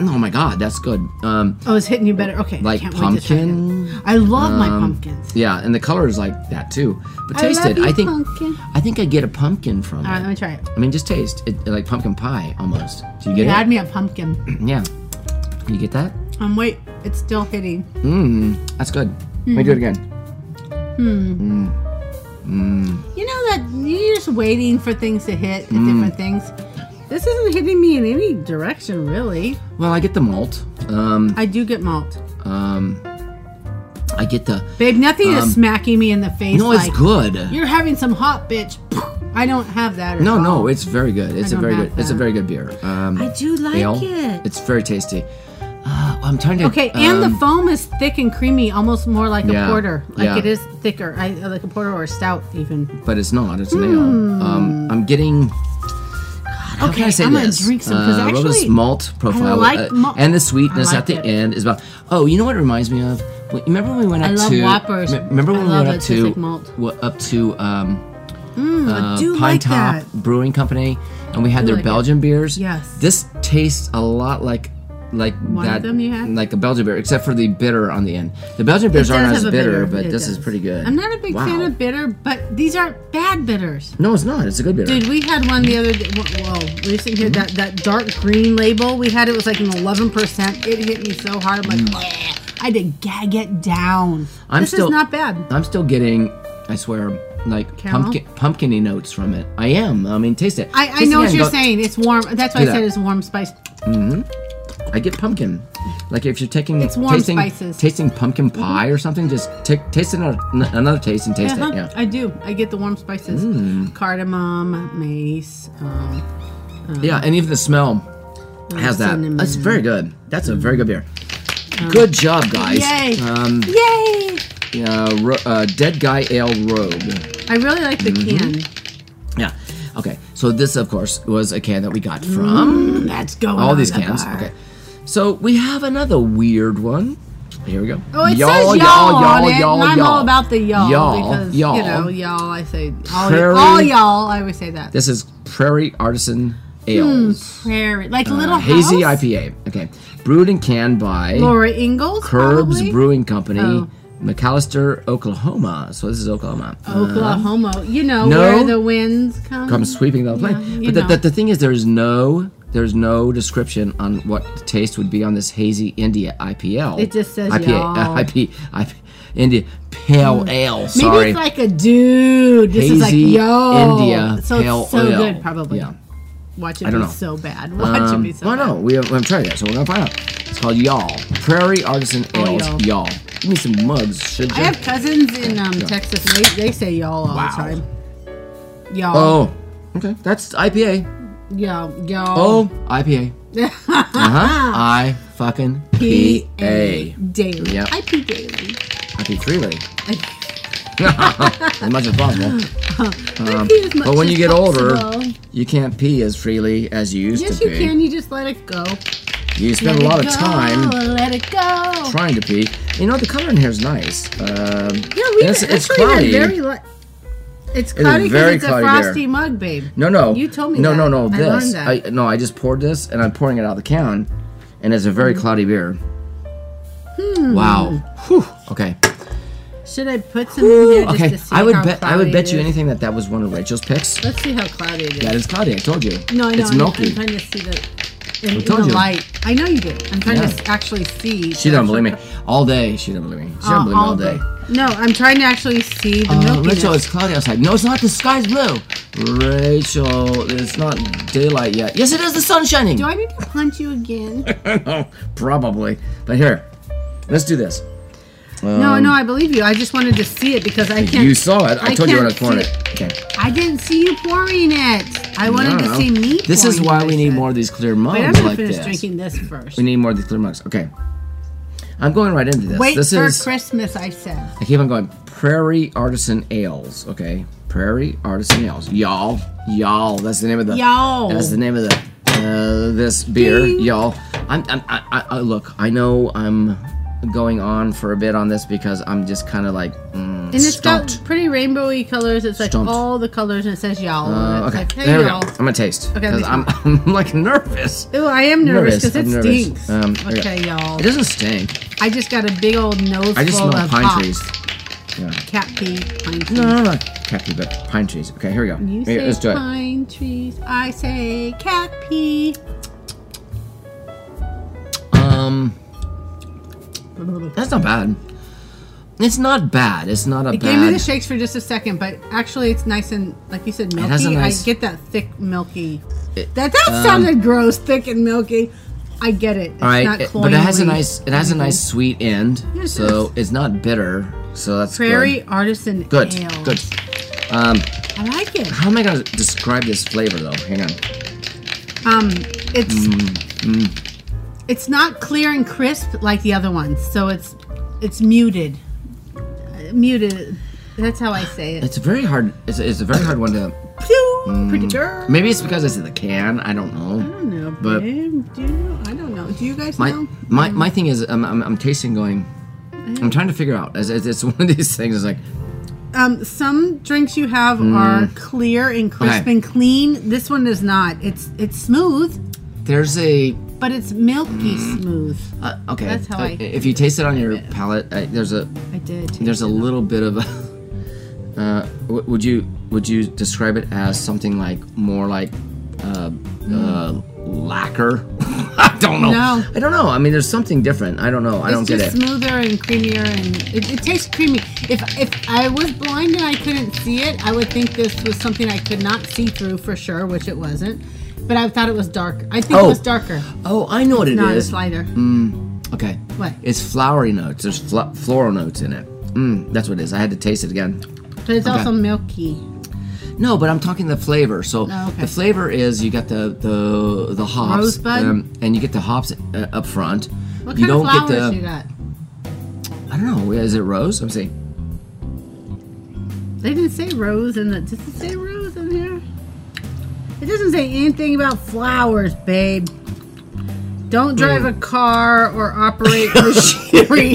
Speaker 1: oh my god, that's good. Um,
Speaker 2: Oh, it's hitting you better. Okay,
Speaker 1: Like
Speaker 2: I can't wait to try
Speaker 1: pumpkin?
Speaker 2: this. I love my pumpkins.
Speaker 1: yeah, and the color is like that too. But taste
Speaker 2: I love
Speaker 1: it.
Speaker 2: you,
Speaker 1: I think
Speaker 2: pumpkin.
Speaker 1: I think I get a pumpkin from
Speaker 2: All right,
Speaker 1: it.
Speaker 2: let me try it.
Speaker 1: I mean, just taste it, like pumpkin pie almost. Do you get
Speaker 2: You had
Speaker 1: it?
Speaker 2: me a pumpkin.
Speaker 1: Yeah. You get that?
Speaker 2: Um, wait, it's still hitting. Mm-hmm.
Speaker 1: Mmm, that's good. Let me do it again.
Speaker 2: You know that you're just waiting for things to hit at
Speaker 1: Mm.
Speaker 2: different things. This isn't hitting me in any direction, really.
Speaker 1: Well, I get the malt. Um,
Speaker 2: I do get malt,
Speaker 1: um, I get the.
Speaker 2: babe. Nothing is smacking me in the face.
Speaker 1: Um, No,
Speaker 2: like,
Speaker 1: it's good.
Speaker 2: You're having some hot bitch. I don't have that. At
Speaker 1: No,
Speaker 2: all.
Speaker 1: no, it's very good. It's a
Speaker 2: don't
Speaker 1: very good.
Speaker 2: have
Speaker 1: It's a
Speaker 2: that.
Speaker 1: very good beer. Um,
Speaker 2: I do like
Speaker 1: ale.
Speaker 2: it.
Speaker 1: It's very tasty. Uh, I'm trying to.
Speaker 2: Okay, and
Speaker 1: um,
Speaker 2: the foam is thick and creamy, almost more like
Speaker 1: Yeah,
Speaker 2: a porter. Like
Speaker 1: yeah.
Speaker 2: it is thicker, I, like a porter or a stout even.
Speaker 1: but it's not. It's an ale. Um, I'm getting. How
Speaker 2: Hmm. okay,
Speaker 1: can I say
Speaker 2: am
Speaker 1: this?
Speaker 2: gonna drink some because
Speaker 1: Uh, well, this
Speaker 2: actually,
Speaker 1: malt profile
Speaker 2: like
Speaker 1: uh,
Speaker 2: malt.
Speaker 1: and the sweetness
Speaker 2: I like
Speaker 1: at the
Speaker 2: it.
Speaker 1: end is about. Oh, you know what it reminds me of? Wh- Remember when we went up
Speaker 2: I love
Speaker 1: to?
Speaker 2: Whoppers.
Speaker 1: me- Remember when
Speaker 2: I
Speaker 1: we
Speaker 2: love
Speaker 1: went up
Speaker 2: it. It tastes
Speaker 1: to
Speaker 2: like malt.
Speaker 1: wh- up to um,
Speaker 2: I
Speaker 1: uh,
Speaker 2: do
Speaker 1: Pine
Speaker 2: like
Speaker 1: Top
Speaker 2: that.
Speaker 1: Brewing Company, and we had their
Speaker 2: like it.
Speaker 1: Belgian beers.
Speaker 2: Yes.
Speaker 1: This tastes a lot like. Like
Speaker 2: One of
Speaker 1: that,
Speaker 2: them you had?
Speaker 1: like a Belgian beer, except for the bitter on the end. The Belgian
Speaker 2: It
Speaker 1: beers
Speaker 2: does
Speaker 1: aren't as
Speaker 2: have a
Speaker 1: bitter,
Speaker 2: bitter,
Speaker 1: but
Speaker 2: it
Speaker 1: this is
Speaker 2: does.
Speaker 1: pretty good.
Speaker 2: I'm not a big fan
Speaker 1: Wow.
Speaker 2: of bitter, but these aren't bad bitters.
Speaker 1: No, it's not. It's a good beer.
Speaker 2: Dude, we had one the other day. Whoa, whoa we sitting here that that dark green label we had. It was like an 11. percent It hit me so hard, I'm like "Bleh." I had to gag it down.
Speaker 1: Mm. I'm
Speaker 2: this
Speaker 1: still-
Speaker 2: is not bad.
Speaker 1: I'm still getting, I swear, like
Speaker 2: Caramel?
Speaker 1: pumpkin pumpkiny notes from it. I am. I mean, taste it.
Speaker 2: I, I
Speaker 1: Taste it
Speaker 2: know what
Speaker 1: again.
Speaker 2: you're
Speaker 1: Go-
Speaker 2: saying. It's warm. That's why I
Speaker 1: Do
Speaker 2: said
Speaker 1: that.
Speaker 2: it's warm spice.
Speaker 1: I get pumpkin. Like if you're taking
Speaker 2: It's warm
Speaker 1: tasting,
Speaker 2: spices. Mm-hmm.
Speaker 1: tasting pumpkin pie or something, just take taste another, n- another taste and taste
Speaker 2: Uh-huh,
Speaker 1: it. Yeah, Mm.
Speaker 2: I do. I get the warm spices: cardamom, mace. Um,
Speaker 1: yeah, and even the smell has that.
Speaker 2: Oh, cinnamon. Uh-huh.
Speaker 1: It's very good. That's a very good beer. Good job, guys.
Speaker 2: yay!
Speaker 1: Um,
Speaker 2: yay!
Speaker 1: uh, ro- uh, Dead Guy Ale Rogue.
Speaker 2: I really like the
Speaker 1: Mm-hmm.
Speaker 2: can. [clears throat]
Speaker 1: Yeah. Okay. So this, of course, was a can that we got from.
Speaker 2: That's going.
Speaker 1: All
Speaker 2: on
Speaker 1: these
Speaker 2: the
Speaker 1: cans.
Speaker 2: bar.
Speaker 1: Okay. So we have another weird one. Here we go.
Speaker 2: Oh, it says y'all, on it, and I'm all about the y'all, because
Speaker 1: y'all.
Speaker 2: you know y'all. I say all,
Speaker 1: Prairie-
Speaker 2: all y'all. I always say that.
Speaker 1: This is Prairie Artisan
Speaker 2: Hmm.
Speaker 1: Ales.
Speaker 2: Prairie, like little
Speaker 1: Uh, Hazy
Speaker 2: house.
Speaker 1: IPA. Okay. Brewed and canned by
Speaker 2: Laura Ingalls.
Speaker 1: Curbs
Speaker 2: probably?
Speaker 1: Brewing Company,
Speaker 2: Oh.
Speaker 1: McAllister, Oklahoma. So this is Oklahoma.
Speaker 2: Oklahoma. You know
Speaker 1: No.
Speaker 2: where the winds come.
Speaker 1: Come sweeping down the plane.
Speaker 2: Yeah, you
Speaker 1: but the,
Speaker 2: know.
Speaker 1: the, the thing is, there's no there's no description on what the taste would be on this hazy India IPL.
Speaker 2: It just says
Speaker 1: IPA, [laughs]
Speaker 2: y'all. Mm.
Speaker 1: uh, IP, IP, India Pale Ale.
Speaker 2: Maybe
Speaker 1: Sorry,
Speaker 2: it's like a dude. This
Speaker 1: hazy
Speaker 2: is like yo.
Speaker 1: India
Speaker 2: So it's
Speaker 1: Pale
Speaker 2: so
Speaker 1: Ale.
Speaker 2: good, probably.
Speaker 1: Yeah.
Speaker 2: Watch it
Speaker 1: I
Speaker 2: be
Speaker 1: don't know.
Speaker 2: so bad. [laughs] Watch it
Speaker 1: Um,
Speaker 2: be so
Speaker 1: well,
Speaker 2: bad.
Speaker 1: no, we haven't, we haven't tried that, so we're gonna find out. It's called Y'all Prairie Artisan
Speaker 2: Oh,
Speaker 1: Ales.
Speaker 2: y'all.
Speaker 1: Y'all. Give me some mugs, should you?
Speaker 2: I have cousins in um, Texas. and They, they say y'all all
Speaker 1: Wow.
Speaker 2: the time. Y'all.
Speaker 1: oh, okay. That's IPA.
Speaker 2: Y'all.
Speaker 1: Oh,
Speaker 2: Y'all.
Speaker 1: IPA.
Speaker 2: [laughs] Ah,
Speaker 1: Uh huh. I fucking P A.
Speaker 2: Daily.
Speaker 1: Yep.
Speaker 2: I pee daily. [laughs]
Speaker 1: I pee freely. as much as
Speaker 2: [laughs]
Speaker 1: possible.
Speaker 2: I pee as much
Speaker 1: Um, But when
Speaker 2: as
Speaker 1: you get older,
Speaker 2: possible.
Speaker 1: you can't pee as freely as you used
Speaker 2: Yes,
Speaker 1: to
Speaker 2: you
Speaker 1: pee.
Speaker 2: can. You just let it go.
Speaker 1: You
Speaker 2: Let
Speaker 1: spend a lot
Speaker 2: it
Speaker 1: of
Speaker 2: go,
Speaker 1: time
Speaker 2: Let it go.
Speaker 1: trying to pee. You know the color in here is nice. Um,
Speaker 2: Yeah, we
Speaker 1: and it's,
Speaker 2: it's,
Speaker 1: it's cloudy.
Speaker 2: actually had very li- It's
Speaker 1: It is
Speaker 2: cloudy because
Speaker 1: very
Speaker 2: it's a
Speaker 1: cloudy there.
Speaker 2: frosty mug, babe.
Speaker 1: No, no.
Speaker 2: You told me
Speaker 1: No,
Speaker 2: that.
Speaker 1: no, no.
Speaker 2: I
Speaker 1: This.
Speaker 2: learned that.
Speaker 1: I no. I just poured this, and I'm pouring it out of the can, and it's a
Speaker 2: Hmm.
Speaker 1: very cloudy beer. Wow. Whew. Okay.
Speaker 2: Should I put some in here just
Speaker 1: okay.
Speaker 2: to see
Speaker 1: I would
Speaker 2: how
Speaker 1: bet. I
Speaker 2: cloudy
Speaker 1: would
Speaker 2: it
Speaker 1: bet you
Speaker 2: is?
Speaker 1: anything that that was one of Rachel's picks.
Speaker 2: Let's see how cloudy it is.
Speaker 1: That is cloudy. I told you.
Speaker 2: No, I know.
Speaker 1: It's
Speaker 2: I'm,
Speaker 1: milky.
Speaker 2: I'm trying to see the in, in
Speaker 1: told
Speaker 2: the
Speaker 1: you.
Speaker 2: light. I know you did. I'm trying
Speaker 1: Yeah.
Speaker 2: to Oh, s- actually see.
Speaker 1: she don't believe me. All day. She don't believe me. She don't believe me all day.
Speaker 2: No, I'm trying to actually see the
Speaker 1: Uh,
Speaker 2: milkiness.
Speaker 1: Rachel, it's cloudy outside. No, it's not. The sky's blue. Rachel, it's not daylight yet. Yes, it is. The sun's shining.
Speaker 2: Do I need to punch you again?
Speaker 1: [laughs] oh, probably. But here, let's do this.
Speaker 2: no, no, I believe you. I just wanted to see it because I can't.
Speaker 1: Um, You saw it. I,
Speaker 2: I
Speaker 1: told you when I was
Speaker 2: can't
Speaker 1: pouring
Speaker 2: see
Speaker 1: it. Okay.
Speaker 2: I didn't see you pouring it. I wanted to
Speaker 1: Wow.
Speaker 2: see me.
Speaker 1: This is
Speaker 2: pouring
Speaker 1: why
Speaker 2: it,
Speaker 1: we
Speaker 2: I
Speaker 1: need
Speaker 2: said.
Speaker 1: more of these clear mugs
Speaker 2: Wait, I'm gonna
Speaker 1: like
Speaker 2: finish
Speaker 1: this.
Speaker 2: drinking this first.
Speaker 1: We need more of these clear mugs. Okay. I'm going right into this.
Speaker 2: Wait
Speaker 1: this
Speaker 2: for
Speaker 1: is
Speaker 2: Christmas, I said.
Speaker 1: I keep on going. Prairie Artisan Ales. Okay. Prairie Artisan Ales. Y'all. Y'all. That's the name of the.
Speaker 2: Y'all.
Speaker 1: That's the name of the. Uh, this beer, y'all. I'm, I'm, I, I, I, look, I know I'm going on for a bit on this because I'm just kind of like, mm,
Speaker 2: And it's
Speaker 1: stumped.
Speaker 2: got pretty rainbowy colors. It's like
Speaker 1: Stumped.
Speaker 2: all the colors, and it says y'all.
Speaker 1: Uh,
Speaker 2: and it's
Speaker 1: okay,
Speaker 2: like, hey,
Speaker 1: there we go.
Speaker 2: y'all.
Speaker 1: I'm gonna taste
Speaker 2: Okay,
Speaker 1: because
Speaker 2: me too.
Speaker 1: I'm, [laughs] I'm like nervous.
Speaker 2: Ooh, I am nervous because it
Speaker 1: I'm nervous.
Speaker 2: stinks.
Speaker 1: Um, there we go.
Speaker 2: okay, y'all.
Speaker 1: It doesn't stink.
Speaker 2: I just got a big old nose
Speaker 1: I just
Speaker 2: full
Speaker 1: smell
Speaker 2: of
Speaker 1: pine
Speaker 2: pop.
Speaker 1: trees.
Speaker 2: Cat pee, pine trees.
Speaker 1: No, no, no, cat pee, but pine trees. Okay, here we go.
Speaker 2: You
Speaker 1: Here, let's do
Speaker 2: say
Speaker 1: it.
Speaker 2: pine trees. I say cat pee.
Speaker 1: Um, that's not bad. It's not bad. It's not a
Speaker 2: It gave me
Speaker 1: bad.
Speaker 2: the shakes for just a second, but actually, it's nice and like you said, milky.
Speaker 1: has a nice-
Speaker 2: I get that thick, milky.
Speaker 1: It- um,
Speaker 2: that that sounded gross, thick and milky. I get it. It's
Speaker 1: all right,
Speaker 2: not
Speaker 1: it- but it has a
Speaker 2: cloyingly-
Speaker 1: nice. It has a nice sweet end.
Speaker 2: Yes, it
Speaker 1: so it's not bitter. So that's
Speaker 2: prairie artisan
Speaker 1: good.
Speaker 2: ale.
Speaker 1: Good. Good. Um,
Speaker 2: I like it.
Speaker 1: how am I gonna describe this flavor though? Hang on.
Speaker 2: Um, it's
Speaker 1: mm,
Speaker 2: it's not clear and crisp like the other ones, so it's it's muted, Uh, muted. That's how I say it.
Speaker 1: It's a very hard. It's a, it's a very hard one to.
Speaker 2: Pew, pretty
Speaker 1: Mm.
Speaker 2: girl.
Speaker 1: Maybe it's because it's in the can. I don't know.
Speaker 2: I don't know,
Speaker 1: But-
Speaker 2: babe. Do you know? I don't know. Do you guys
Speaker 1: My
Speaker 2: know?
Speaker 1: my, my thing is, I'm, I'm, I'm tasting going. I'm trying to figure out. It's, it's, it's [laughs] one of these things. It's like
Speaker 2: Um, some drinks you have are clear and crisp
Speaker 1: Mm. Okay.
Speaker 2: and clean. This one is not. It's it's smooth,
Speaker 1: there's a
Speaker 2: but it's milky smooth.
Speaker 1: uh, okay.
Speaker 2: That's how
Speaker 1: uh,
Speaker 2: I-
Speaker 1: If you taste it on your palate, uh, there's a
Speaker 2: I did.
Speaker 1: there's a little bit of. A, [laughs] uh, w- would you would you describe it as something like more like uh, uh, lacquer? [laughs] I don't know.
Speaker 2: Mm. No.
Speaker 1: I don't know. I mean, there's something different. I don't know. I don't
Speaker 2: it's
Speaker 1: get
Speaker 2: just
Speaker 1: it.
Speaker 2: smoother and creamier, and it, it tastes creamy. If if I was blind and I couldn't see it, I would think this was something I could not see through for sure, which it wasn't. But I thought it was dark. I think
Speaker 1: Oh.
Speaker 2: it was darker.
Speaker 1: Oh, I know what it is. Mm.
Speaker 2: Not it's lighter.
Speaker 1: Okay.
Speaker 2: What?
Speaker 1: It's flowery notes. There's fl- floral notes in it. Mm, that's what it is. I had to taste it again.
Speaker 2: But it's also milky.
Speaker 1: No, but I'm talking the flavor. So
Speaker 2: Oh, okay.
Speaker 1: the flavor is you got the the the hops,
Speaker 2: Rosebud?
Speaker 1: and you get the hops uh, up front.
Speaker 2: What
Speaker 1: you
Speaker 2: kind of
Speaker 1: don't
Speaker 2: flowers
Speaker 1: get the.
Speaker 2: you got?
Speaker 1: I don't know. Is it rose? I'm saying.
Speaker 2: They didn't say rose in the. Does it say rose in here? It doesn't say anything about flowers, babe.
Speaker 1: Hmm.
Speaker 2: Don't drive a car or
Speaker 1: [laughs]
Speaker 2: operate machinery.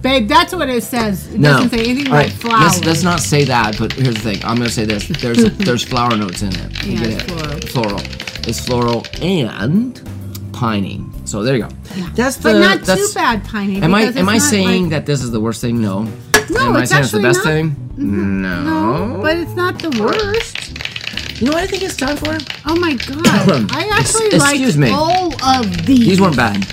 Speaker 2: babe, that's what it says. It
Speaker 1: Um, No.
Speaker 2: doesn't say anything
Speaker 1: All
Speaker 2: about
Speaker 1: right,
Speaker 2: flowers.
Speaker 1: Let's, let's not say that, but here's the thing. I'm going to say this. There's
Speaker 2: [laughs]
Speaker 1: there's flower notes in it. You
Speaker 2: Yeah,
Speaker 1: get
Speaker 2: it's
Speaker 1: it? floral. It's floral and piney. So there you go. That's the
Speaker 2: but not
Speaker 1: that's,
Speaker 2: too bad, Piney.
Speaker 1: Am I
Speaker 2: because
Speaker 1: am
Speaker 2: it's
Speaker 1: I
Speaker 2: not
Speaker 1: saying
Speaker 2: like-
Speaker 1: that this is the worst thing? No.
Speaker 2: No,
Speaker 1: am I
Speaker 2: it's
Speaker 1: saying it's the
Speaker 2: actually
Speaker 1: best
Speaker 2: not. Mm-hmm.
Speaker 1: thing? No.
Speaker 2: No, but it's not
Speaker 1: Oh.
Speaker 2: the worst.
Speaker 1: you know what I think it's time for?
Speaker 2: Oh
Speaker 1: [clears throat]
Speaker 2: my god! I actually
Speaker 1: Ex-
Speaker 2: like
Speaker 1: excuse me.
Speaker 2: all of these.
Speaker 1: These weren't bad.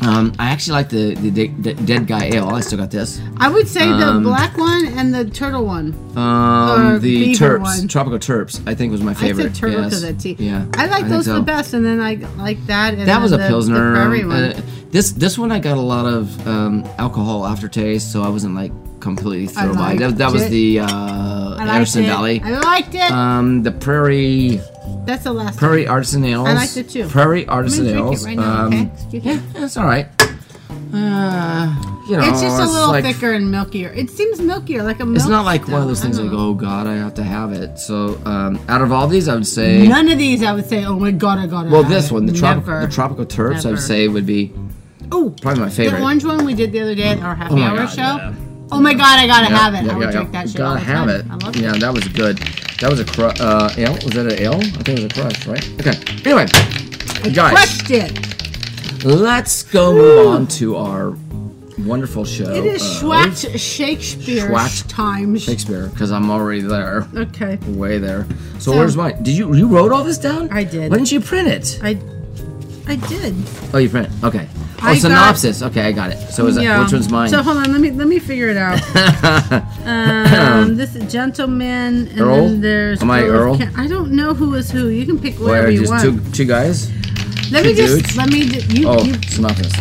Speaker 1: Um, I actually like the, the, de- de- dead guy ale. I still got this.
Speaker 2: I would say the black one and the turtle one.
Speaker 1: Um,
Speaker 2: Or
Speaker 1: the
Speaker 2: beaver
Speaker 1: terps,
Speaker 2: one.
Speaker 1: tropical terps, I think was my favorite.
Speaker 2: I said turtle
Speaker 1: yes.
Speaker 2: because of tea.
Speaker 1: Yeah,
Speaker 2: I like
Speaker 1: think
Speaker 2: those
Speaker 1: so.
Speaker 2: the best, and then I like that. And
Speaker 1: That was a
Speaker 2: then the,
Speaker 1: pilsner.
Speaker 2: The prairie one.
Speaker 1: Uh, this this one I got a lot of um, alcohol aftertaste, so I wasn't like completely thrown by. it. That,
Speaker 2: liked
Speaker 1: that was
Speaker 2: it.
Speaker 1: the uh,
Speaker 2: I liked
Speaker 1: Anderson
Speaker 2: it.
Speaker 1: Valley.
Speaker 2: I liked it.
Speaker 1: Um, the Prairie
Speaker 2: That's the last.
Speaker 1: Prairie Artisan Ales.
Speaker 2: I liked it too.
Speaker 1: Prairie
Speaker 2: one. I'm
Speaker 1: Artisan
Speaker 2: gonna drink
Speaker 1: Ales.
Speaker 2: it right now.
Speaker 1: um,
Speaker 2: okay. Excuse me.
Speaker 1: It's all right. Uh, you know,
Speaker 2: It's just a little
Speaker 1: like-
Speaker 2: thicker and milkier. It seems milkier, like a. Milk
Speaker 1: It's not like one of those
Speaker 2: stout.
Speaker 1: things
Speaker 2: I don't
Speaker 1: like,
Speaker 2: know.
Speaker 1: oh god, I have to have it. So, um, out of all these, I would say
Speaker 2: None of these, I would say. Oh my god, I got it.
Speaker 1: Well, this one, the, trop-
Speaker 2: Never.
Speaker 1: the tropical terps, I
Speaker 2: Never.
Speaker 1: would say would be
Speaker 2: Oh,
Speaker 1: probably my favorite.
Speaker 2: The orange one we did the other day at our happy
Speaker 1: Oh my
Speaker 2: hour
Speaker 1: God,
Speaker 2: show.
Speaker 1: yeah.
Speaker 2: Oh my god, I gotta
Speaker 1: Yeah,
Speaker 2: have it.
Speaker 1: yeah,
Speaker 2: I would
Speaker 1: yeah,
Speaker 2: drink
Speaker 1: yeah.
Speaker 2: that shit. all
Speaker 1: Gotta
Speaker 2: the
Speaker 1: have
Speaker 2: time.
Speaker 1: it.
Speaker 2: I love
Speaker 1: yeah,
Speaker 2: it.
Speaker 1: that was good. That was a cru- uh, ale. Was that an ale? I think it was a crush, right? Okay. Anyway, guys,
Speaker 2: Crushed it.
Speaker 1: let's go move on to our wonderful show.
Speaker 2: It is
Speaker 1: of
Speaker 2: Schwatz Shakespeare
Speaker 1: Schwatz-
Speaker 2: times.
Speaker 1: Shakespeare, because I'm already there,
Speaker 2: Okay.
Speaker 1: way there. So,
Speaker 2: So-
Speaker 1: where's mine? Did you you wrote all this down?
Speaker 2: I did.
Speaker 1: Why didn't you print it?
Speaker 2: I I did.
Speaker 1: Oh, you print. it. Okay. Oh,
Speaker 2: I got-
Speaker 1: synopsis. okay, I got it. So is that which one's mine?
Speaker 2: So hold on, let me let me figure
Speaker 1: [laughs]
Speaker 2: it out. um, this is gentleman, and
Speaker 1: Earl?
Speaker 2: then there's
Speaker 1: Am I
Speaker 2: Earl of
Speaker 1: Earl?
Speaker 2: Kent. I don't know who is who. You can pick whatever
Speaker 1: Where
Speaker 2: you
Speaker 1: just
Speaker 2: want.
Speaker 1: two two guys?
Speaker 2: let
Speaker 1: two
Speaker 2: me just
Speaker 1: dudes?
Speaker 2: let me d- you,
Speaker 1: Oh,
Speaker 2: you
Speaker 1: synopsis.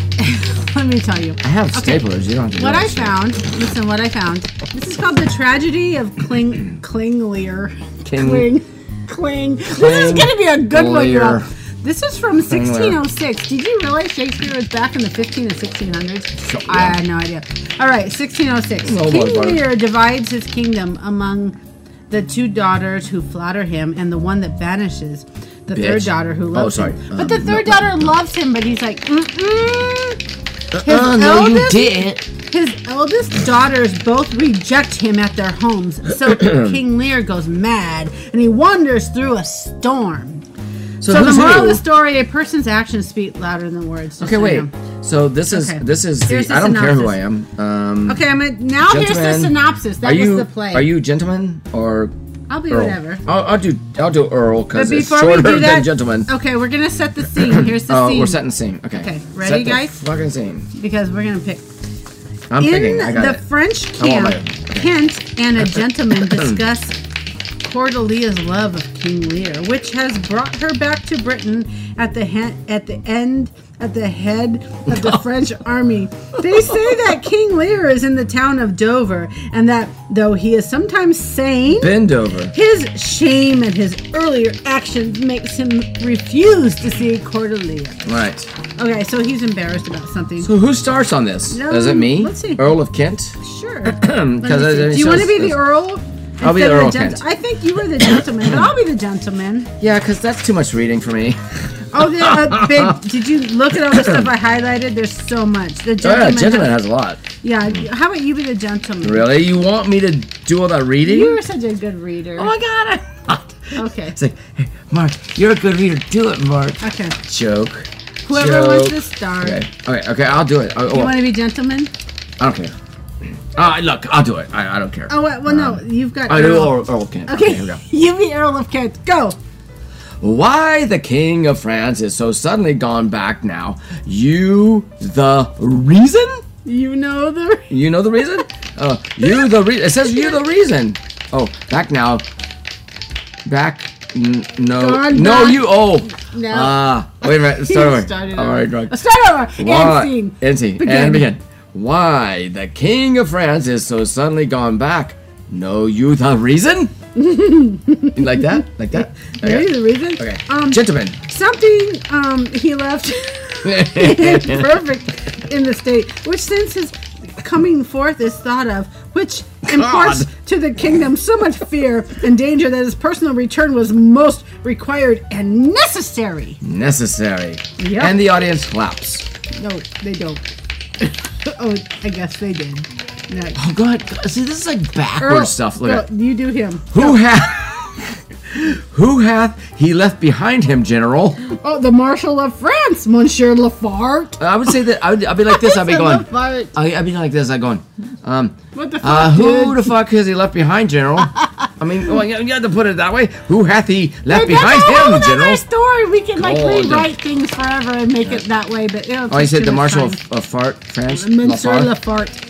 Speaker 2: let me tell you.
Speaker 1: I have
Speaker 2: Okay.
Speaker 1: staplers. You don't have to.
Speaker 2: What
Speaker 1: do
Speaker 2: I
Speaker 1: that shit.
Speaker 2: found, listen, what I found. This is called the tragedy of Kling Klinglier.
Speaker 1: King-
Speaker 2: Kling. Kling. This is gonna be a good one, y'all.
Speaker 1: Klinglier.
Speaker 2: This is from 1606. Did you realize Shakespeare was back in the 15 and 1600s?
Speaker 1: Sure,
Speaker 2: I
Speaker 1: yeah.
Speaker 2: had no idea. All right, 1606.
Speaker 1: No,
Speaker 2: King
Speaker 1: but-
Speaker 2: Lear divides his kingdom among the two daughters who flatter him and the one that banishes the third
Speaker 1: Bitch.
Speaker 2: daughter who
Speaker 1: Oh,
Speaker 2: loves
Speaker 1: sorry.
Speaker 2: him.
Speaker 1: Um,
Speaker 2: But the
Speaker 1: no,
Speaker 2: third
Speaker 1: no,
Speaker 2: daughter loves him, but he's like, mm-mm.
Speaker 1: Uh, no, you
Speaker 2: eldest-
Speaker 1: didn't.
Speaker 2: His eldest daughters both reject him at their homes,
Speaker 1: [clears throat]
Speaker 2: so King Lear goes mad and he wanders through a storm.
Speaker 1: So,
Speaker 2: So, the
Speaker 1: who's
Speaker 2: moral
Speaker 1: who?
Speaker 2: of the story: a person's actions speak louder than words. just
Speaker 1: Okay,
Speaker 2: so you
Speaker 1: wait.
Speaker 2: know.
Speaker 1: So this is
Speaker 2: Okay.
Speaker 1: this is
Speaker 2: Here's
Speaker 1: the.
Speaker 2: the
Speaker 1: I don't care who I
Speaker 2: synopsis.
Speaker 1: am. Um,
Speaker 2: Okay, I'm gonna, now here's the
Speaker 1: gentlemen,
Speaker 2: synopsis. That
Speaker 1: are you
Speaker 2: was the play.
Speaker 1: are you gentlemen or?
Speaker 2: I'll be
Speaker 1: Earl?
Speaker 2: whatever.
Speaker 1: I'll, I'll do I'll do Earl
Speaker 2: But
Speaker 1: because it's
Speaker 2: before we
Speaker 1: shorter
Speaker 2: do
Speaker 1: [laughs] than
Speaker 2: that,
Speaker 1: gentlemen.
Speaker 2: okay, we're gonna set the scene. Here's the
Speaker 1: Oh,
Speaker 2: scene
Speaker 1: we're setting the scene. Okay.
Speaker 2: Okay,
Speaker 1: Set
Speaker 2: ready,
Speaker 1: the
Speaker 2: guys?
Speaker 1: Fucking scene.
Speaker 2: because we're gonna pick.
Speaker 1: I'm
Speaker 2: In
Speaker 1: picking. I got
Speaker 2: the
Speaker 1: it.
Speaker 2: French
Speaker 1: I want
Speaker 2: camp,
Speaker 1: mine. Okay.
Speaker 2: Kent and
Speaker 1: [coughs]
Speaker 2: a gentleman discuss Cordelia's love of King Lear, which has brought her back to Britain at the he- at the end at the head
Speaker 1: [laughs]
Speaker 2: of the French army. They say that King Lear is in the town of Dover, and that though he is sometimes sane,
Speaker 1: Bend over.
Speaker 2: his shame and his earlier actions makes him refuse to see Cordelia.
Speaker 1: Right.
Speaker 2: Okay, so he's embarrassed about something.
Speaker 1: So who starts on this?
Speaker 2: No,
Speaker 1: is it me?
Speaker 2: let's see.
Speaker 1: Earl of Kent? [clears throat]
Speaker 2: Sure.
Speaker 1: Because
Speaker 2: Let me see. Do you want to be the Earl?
Speaker 1: I'll be the
Speaker 2: instead of
Speaker 1: Earl
Speaker 2: gent-
Speaker 1: Kent.
Speaker 2: I think you were the gentleman, but I'll be the gentleman.
Speaker 1: Yeah, because that's too much reading [laughs] for me.
Speaker 2: Oh, the,
Speaker 1: [laughs]
Speaker 2: uh, babe, did you look at all the stuff I highlighted? There's so much. The
Speaker 1: Oh, yeah,
Speaker 2: gentleman.
Speaker 1: gentleman has a lot.
Speaker 2: yeah. How about you be the gentleman?
Speaker 1: Really? You want me to do all that reading?
Speaker 2: You were such a good reader.
Speaker 1: oh my god! I'm not.
Speaker 2: okay.
Speaker 1: It's like, hey, Mark, you're a good reader. Do it, Mark.
Speaker 2: Okay.
Speaker 1: Joke.
Speaker 2: Whoever
Speaker 1: Joke.
Speaker 2: wants to start.
Speaker 1: Okay. Okay. Okay. I'll do it. I, oh,
Speaker 2: You want to be gentleman?
Speaker 1: I don't care. Uh, look, I'll do it. I, I don't care.
Speaker 2: Oh well, well no, you've got.
Speaker 1: Um, I do
Speaker 2: Earl.
Speaker 1: Earl, Earl Kent.
Speaker 2: Okay,
Speaker 1: Here we go.
Speaker 2: [laughs] you be Earl of Kent. Go.
Speaker 1: Why the King of France is so suddenly gone back now? You the reason?
Speaker 2: You know the.
Speaker 1: You know the reason? [laughs] Uh, you the reason. It says you the reason. Oh, back now. Back. N- no.
Speaker 2: Gone
Speaker 1: no,
Speaker 2: back.
Speaker 1: you. Oh.
Speaker 2: No.
Speaker 1: Ah. wait a
Speaker 2: [laughs]
Speaker 1: minute.
Speaker 2: He
Speaker 1: Start over.
Speaker 2: started
Speaker 1: I'm
Speaker 2: over.
Speaker 1: already drunk.
Speaker 2: Uh, Start over.
Speaker 1: Why-
Speaker 2: And scene.
Speaker 1: End scene.
Speaker 2: Begin.
Speaker 1: And begin. Why the King of France is so suddenly gone back? Know you the reason?
Speaker 2: [laughs]
Speaker 1: like that? Like that?
Speaker 2: Maybe the reason.
Speaker 1: Okay.
Speaker 2: Um,
Speaker 1: Gentlemen.
Speaker 2: something um he left [laughs]
Speaker 1: [laughs]
Speaker 2: perfect in the state which since his coming forth is thought of which imparts
Speaker 1: God.
Speaker 2: to the kingdom so much fear and danger that his personal return was most required and necessary
Speaker 1: Necessary.
Speaker 2: Yep.
Speaker 1: And the audience claps.
Speaker 2: no they don't [laughs] oh i guess they did Next.
Speaker 1: Oh, God. God, See, this is like backwards
Speaker 2: Earl,
Speaker 1: stuff. Look
Speaker 2: go-
Speaker 1: at
Speaker 2: you do him
Speaker 1: Who hath Who hath [laughs] he left behind him, General?
Speaker 2: oh the marshal of france monsieur lafarte
Speaker 1: I would say that I would, I'd be like this. I'd be going.
Speaker 2: Lafarte.
Speaker 1: I, I'd be like this. I'd going. Um,
Speaker 2: what the fuck
Speaker 1: uh, who
Speaker 2: dude?
Speaker 1: the fuck has he left behind, General? I mean, well, you, you have to put it that way. Who hath he left
Speaker 2: But that's
Speaker 1: behind
Speaker 2: a whole
Speaker 1: him,
Speaker 2: nother
Speaker 1: General?
Speaker 2: story. We can like
Speaker 1: God.
Speaker 2: rewrite things forever and make it that way, but it'll
Speaker 1: Oh, he
Speaker 2: take
Speaker 1: said
Speaker 2: too
Speaker 1: the
Speaker 2: much
Speaker 1: Marshal
Speaker 2: time.
Speaker 1: of, of Fart, France.
Speaker 2: Monsieur
Speaker 1: Lafar.
Speaker 2: Lafarte.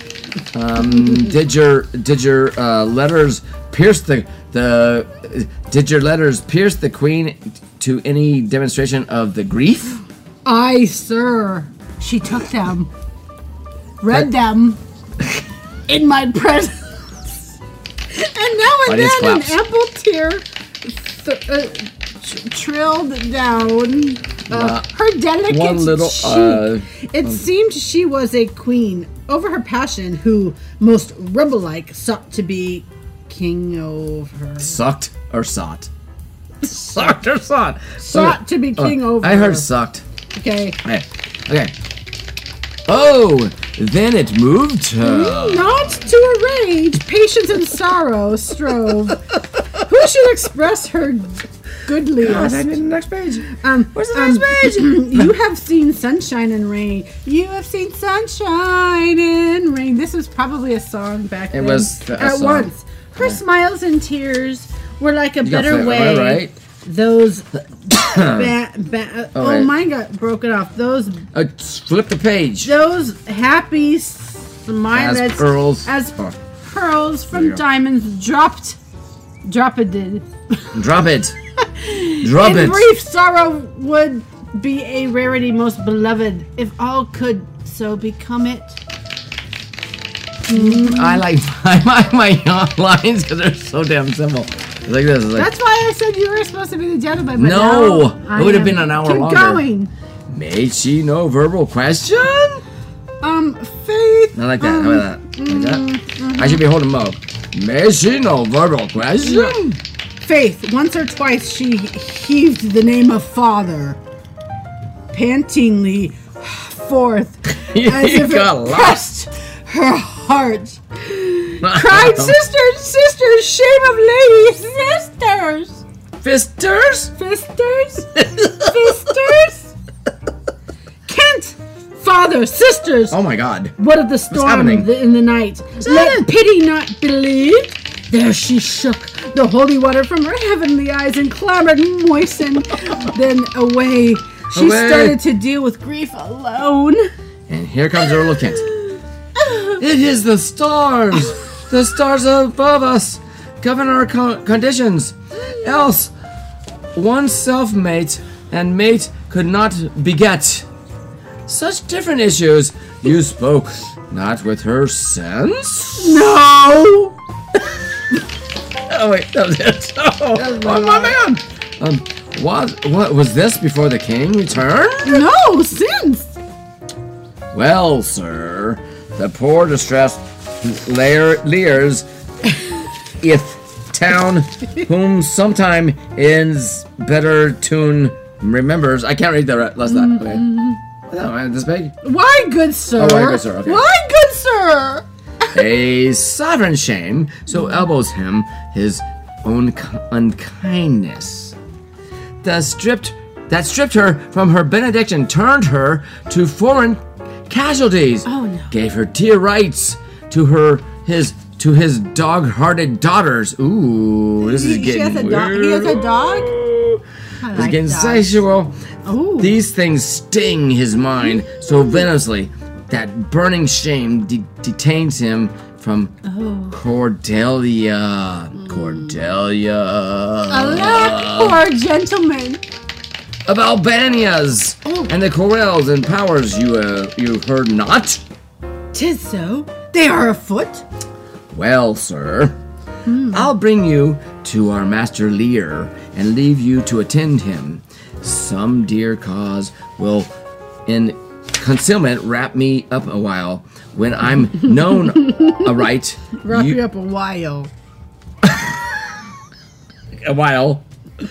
Speaker 1: Um, did your did your uh, letters pierce the the did your letters pierce the Queen to any demonstration of the grief?
Speaker 2: Aye, sir. She took them, read them in my presence, and now and
Speaker 1: Audience
Speaker 2: then
Speaker 1: claps.
Speaker 2: an ample tear th- uh, tr- trilled down uh, her delicate
Speaker 1: one little,
Speaker 2: cheek.
Speaker 1: uh,
Speaker 2: It seemed she was a queen over her passion, who most rebel-like sought to be king
Speaker 1: Oh,
Speaker 2: over.
Speaker 1: Sucked or sought? Oh, Sucked or sought?
Speaker 2: Sought
Speaker 1: Uh,
Speaker 2: to be king over.
Speaker 1: I heard sucked.
Speaker 2: Okay.
Speaker 1: Okay. Okay. Oh, Then it moved to.
Speaker 2: Not to arrange, patience and sorrow strove. Who should express her goodliest?
Speaker 1: next page.
Speaker 2: Um,
Speaker 1: Where's the next page?
Speaker 2: [clears throat] you have seen sunshine and rain. You have seen sunshine and rain. This was probably a song back then.
Speaker 1: was th- a
Speaker 2: at
Speaker 1: song.
Speaker 2: once. Her smiles and tears were like a
Speaker 1: got
Speaker 2: better
Speaker 1: that
Speaker 2: way.
Speaker 1: one right. [coughs]
Speaker 2: Those. ba- ba- oh,
Speaker 1: wait.
Speaker 2: mine got broken off. Those
Speaker 1: Uh, flip the page.
Speaker 2: those happy smiles
Speaker 1: As pearls.
Speaker 2: as
Speaker 1: Oh.
Speaker 2: pearls
Speaker 1: you
Speaker 2: from
Speaker 1: go.
Speaker 2: diamonds dropped dropped it
Speaker 1: Drop [laughs] it. Drop
Speaker 2: in
Speaker 1: it.
Speaker 2: brief, sorrow would be a rarity most beloved if all could so become it.
Speaker 1: I like [laughs] I like my yawn lines because they're so damn simple. It's like this. It's like,
Speaker 2: That's why I said you were supposed to be the gentleman. But
Speaker 1: No,
Speaker 2: now I
Speaker 1: it would have
Speaker 2: am.
Speaker 1: been an hour
Speaker 2: Keep
Speaker 1: longer.
Speaker 2: going.
Speaker 1: made she no verbal question?
Speaker 2: Um, faith. um,
Speaker 1: Not like that. How about that? Like that? I should be holding them up. Made she no verbal
Speaker 2: Mm.
Speaker 1: question?
Speaker 2: Faith. Once or twice she heaved the name of father, pantingly forth,
Speaker 1: [laughs]
Speaker 2: as
Speaker 1: You
Speaker 2: if
Speaker 1: got
Speaker 2: it
Speaker 1: lost.
Speaker 2: pressed her
Speaker 1: [laughs]
Speaker 2: heart. Cried sisters, sisters, shame of ladies, sisters.
Speaker 1: Fisters? [laughs]
Speaker 2: Sisters? Sisters? Kent! Father, sisters!
Speaker 1: Oh my god.
Speaker 2: What of the storm
Speaker 1: happening?
Speaker 2: th- in the night? Let pity not believe. There she shook the holy water from her heavenly eyes and clamored
Speaker 1: [laughs]
Speaker 2: moistened. then away she
Speaker 1: Away.
Speaker 2: started to deal with grief alone.
Speaker 1: And here comes Earl of Kent. It is the stars! The stars above us govern our co- conditions. Else, one self mate and mate could not beget. Such different issues you spoke, not with her sense?
Speaker 2: No!
Speaker 1: Oh, wait, that was it. [laughs] Oh, my man! Um, what, what was this before the king returned?
Speaker 2: No, since!
Speaker 1: Well, sir, the poor distressed layer, Lears, if town, whom sometime in's better tune remembers. I can't read the re- less that. Okay. No, I- this big.
Speaker 2: Why, good sir?
Speaker 1: Oh, why, good sir, okay.
Speaker 2: Why, good sir?
Speaker 1: A sovereign shame so elbows him his own k- unkindness. The stripped that stripped her from her benediction turned her to foreign casualties.
Speaker 2: Oh, no.
Speaker 1: Gave her dear rights to her his to his dog-hearted daughters. Ooh, this is
Speaker 2: He- she
Speaker 1: getting
Speaker 2: has a dog-
Speaker 1: weird.
Speaker 2: he has a dog?
Speaker 1: It's
Speaker 2: like
Speaker 1: getting
Speaker 2: dogs.
Speaker 1: sexual.
Speaker 2: Ooh.
Speaker 1: These things sting his mind so venomously that burning shame de- detains him from Cordelia. Cordelia.
Speaker 2: Alack,
Speaker 1: Uh,
Speaker 2: poor gentleman.
Speaker 1: of Albania's
Speaker 2: Oh.
Speaker 1: and the Corels and powers you uh, you heard not.
Speaker 2: Tis so. They are afoot.
Speaker 1: Well, sir, I'll bring you to our master Lear and leave you to attend him. Some dear cause will, in concealment, wrap me up a while when I'm known aright.
Speaker 2: Rough
Speaker 1: you-
Speaker 2: you up a while.
Speaker 1: a while. [laughs]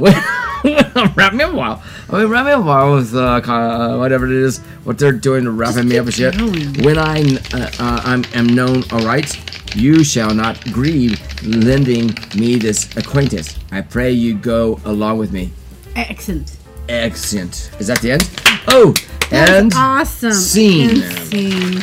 Speaker 1: wrap me up a while. I mean, wrap me up a while with uh, co- uh, whatever it is, what they're doing to wrapping me up and shit.
Speaker 2: going.
Speaker 1: When I uh, uh, I'm, am known aright, you shall not grieve lending me this acquaintance. I pray you go along with me.
Speaker 2: Excellent.
Speaker 1: Excellent. Is that the end? Oh, and
Speaker 2: awesome.
Speaker 1: scene.
Speaker 2: And scene.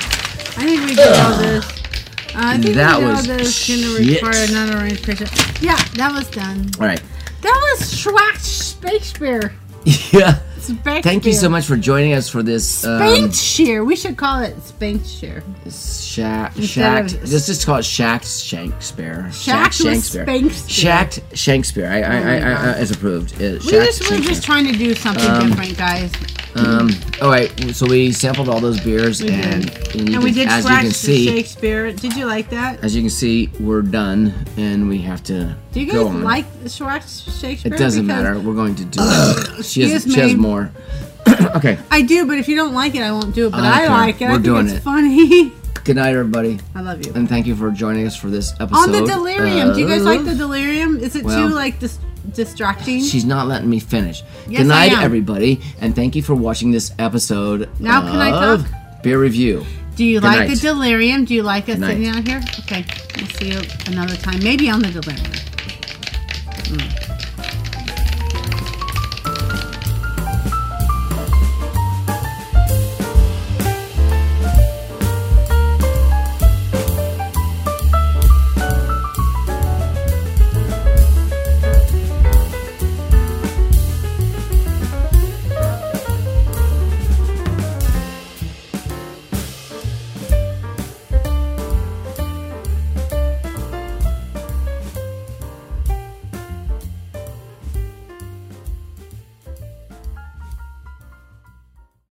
Speaker 2: I think we did all this. Uh, I think
Speaker 1: That
Speaker 2: we did
Speaker 1: was
Speaker 2: all this. Gonna
Speaker 1: shit.
Speaker 2: require another arrangement. Yeah, that was done.
Speaker 1: all right. [laughs]
Speaker 2: That was Schwack Shakespeare.
Speaker 1: Yeah.
Speaker 2: Shakespeare.
Speaker 1: Thank you so much for joining us for this. Um,
Speaker 2: Spankshire. We should call it Spankshire.
Speaker 1: Shack,
Speaker 2: Instead
Speaker 1: shacked.
Speaker 2: of-
Speaker 1: Let's just call it Shacked Shakespeare.
Speaker 2: Shacked with Spankspare.
Speaker 1: Shacked Shakespeare. I, I, I, I, I, is approved. Uh,
Speaker 2: We just we're just trying to do something different, guys.
Speaker 1: Um. All right. So we sampled all those beers,
Speaker 2: did.
Speaker 1: and, and, you
Speaker 2: And we
Speaker 1: can-
Speaker 2: did
Speaker 1: as you
Speaker 2: Schwack
Speaker 1: can see, uh,
Speaker 2: Shakespeare. Did you like that?
Speaker 1: as you can see, we're done, and we have to.
Speaker 2: Do you
Speaker 1: go
Speaker 2: guys
Speaker 1: on.
Speaker 2: like Schwack Shakespeare?
Speaker 1: It doesn't
Speaker 2: Because
Speaker 1: matter. We're going to do it. She has.
Speaker 2: Excuse
Speaker 1: She has
Speaker 2: me.
Speaker 1: more. [coughs] okay.
Speaker 2: I do, but if you don't like it, I won't do it. But
Speaker 1: I don't
Speaker 2: I,
Speaker 1: care.
Speaker 2: like it.
Speaker 1: We're
Speaker 2: I think
Speaker 1: doing
Speaker 2: it's
Speaker 1: it.
Speaker 2: funny. [laughs]
Speaker 1: Good night, everybody,
Speaker 2: I love you.
Speaker 1: and thank you for joining us for this episode.
Speaker 2: On the delirium. Do you guys like
Speaker 1: of-
Speaker 2: the delirium? Is it
Speaker 1: well,
Speaker 2: too like dis- distracting?
Speaker 1: She's not letting me finish.
Speaker 2: Yes,
Speaker 1: Good night,
Speaker 2: I am.
Speaker 1: everybody, and thank you for watching this episode.
Speaker 2: Now can I
Speaker 1: of
Speaker 2: talk?
Speaker 1: Beer review.
Speaker 2: Do you
Speaker 1: Good
Speaker 2: like
Speaker 1: night.
Speaker 2: the delirium? Do you like us
Speaker 1: Good
Speaker 2: sitting
Speaker 1: night.
Speaker 2: out here? Okay, we'll see you another time. Maybe on the delirium. Mm.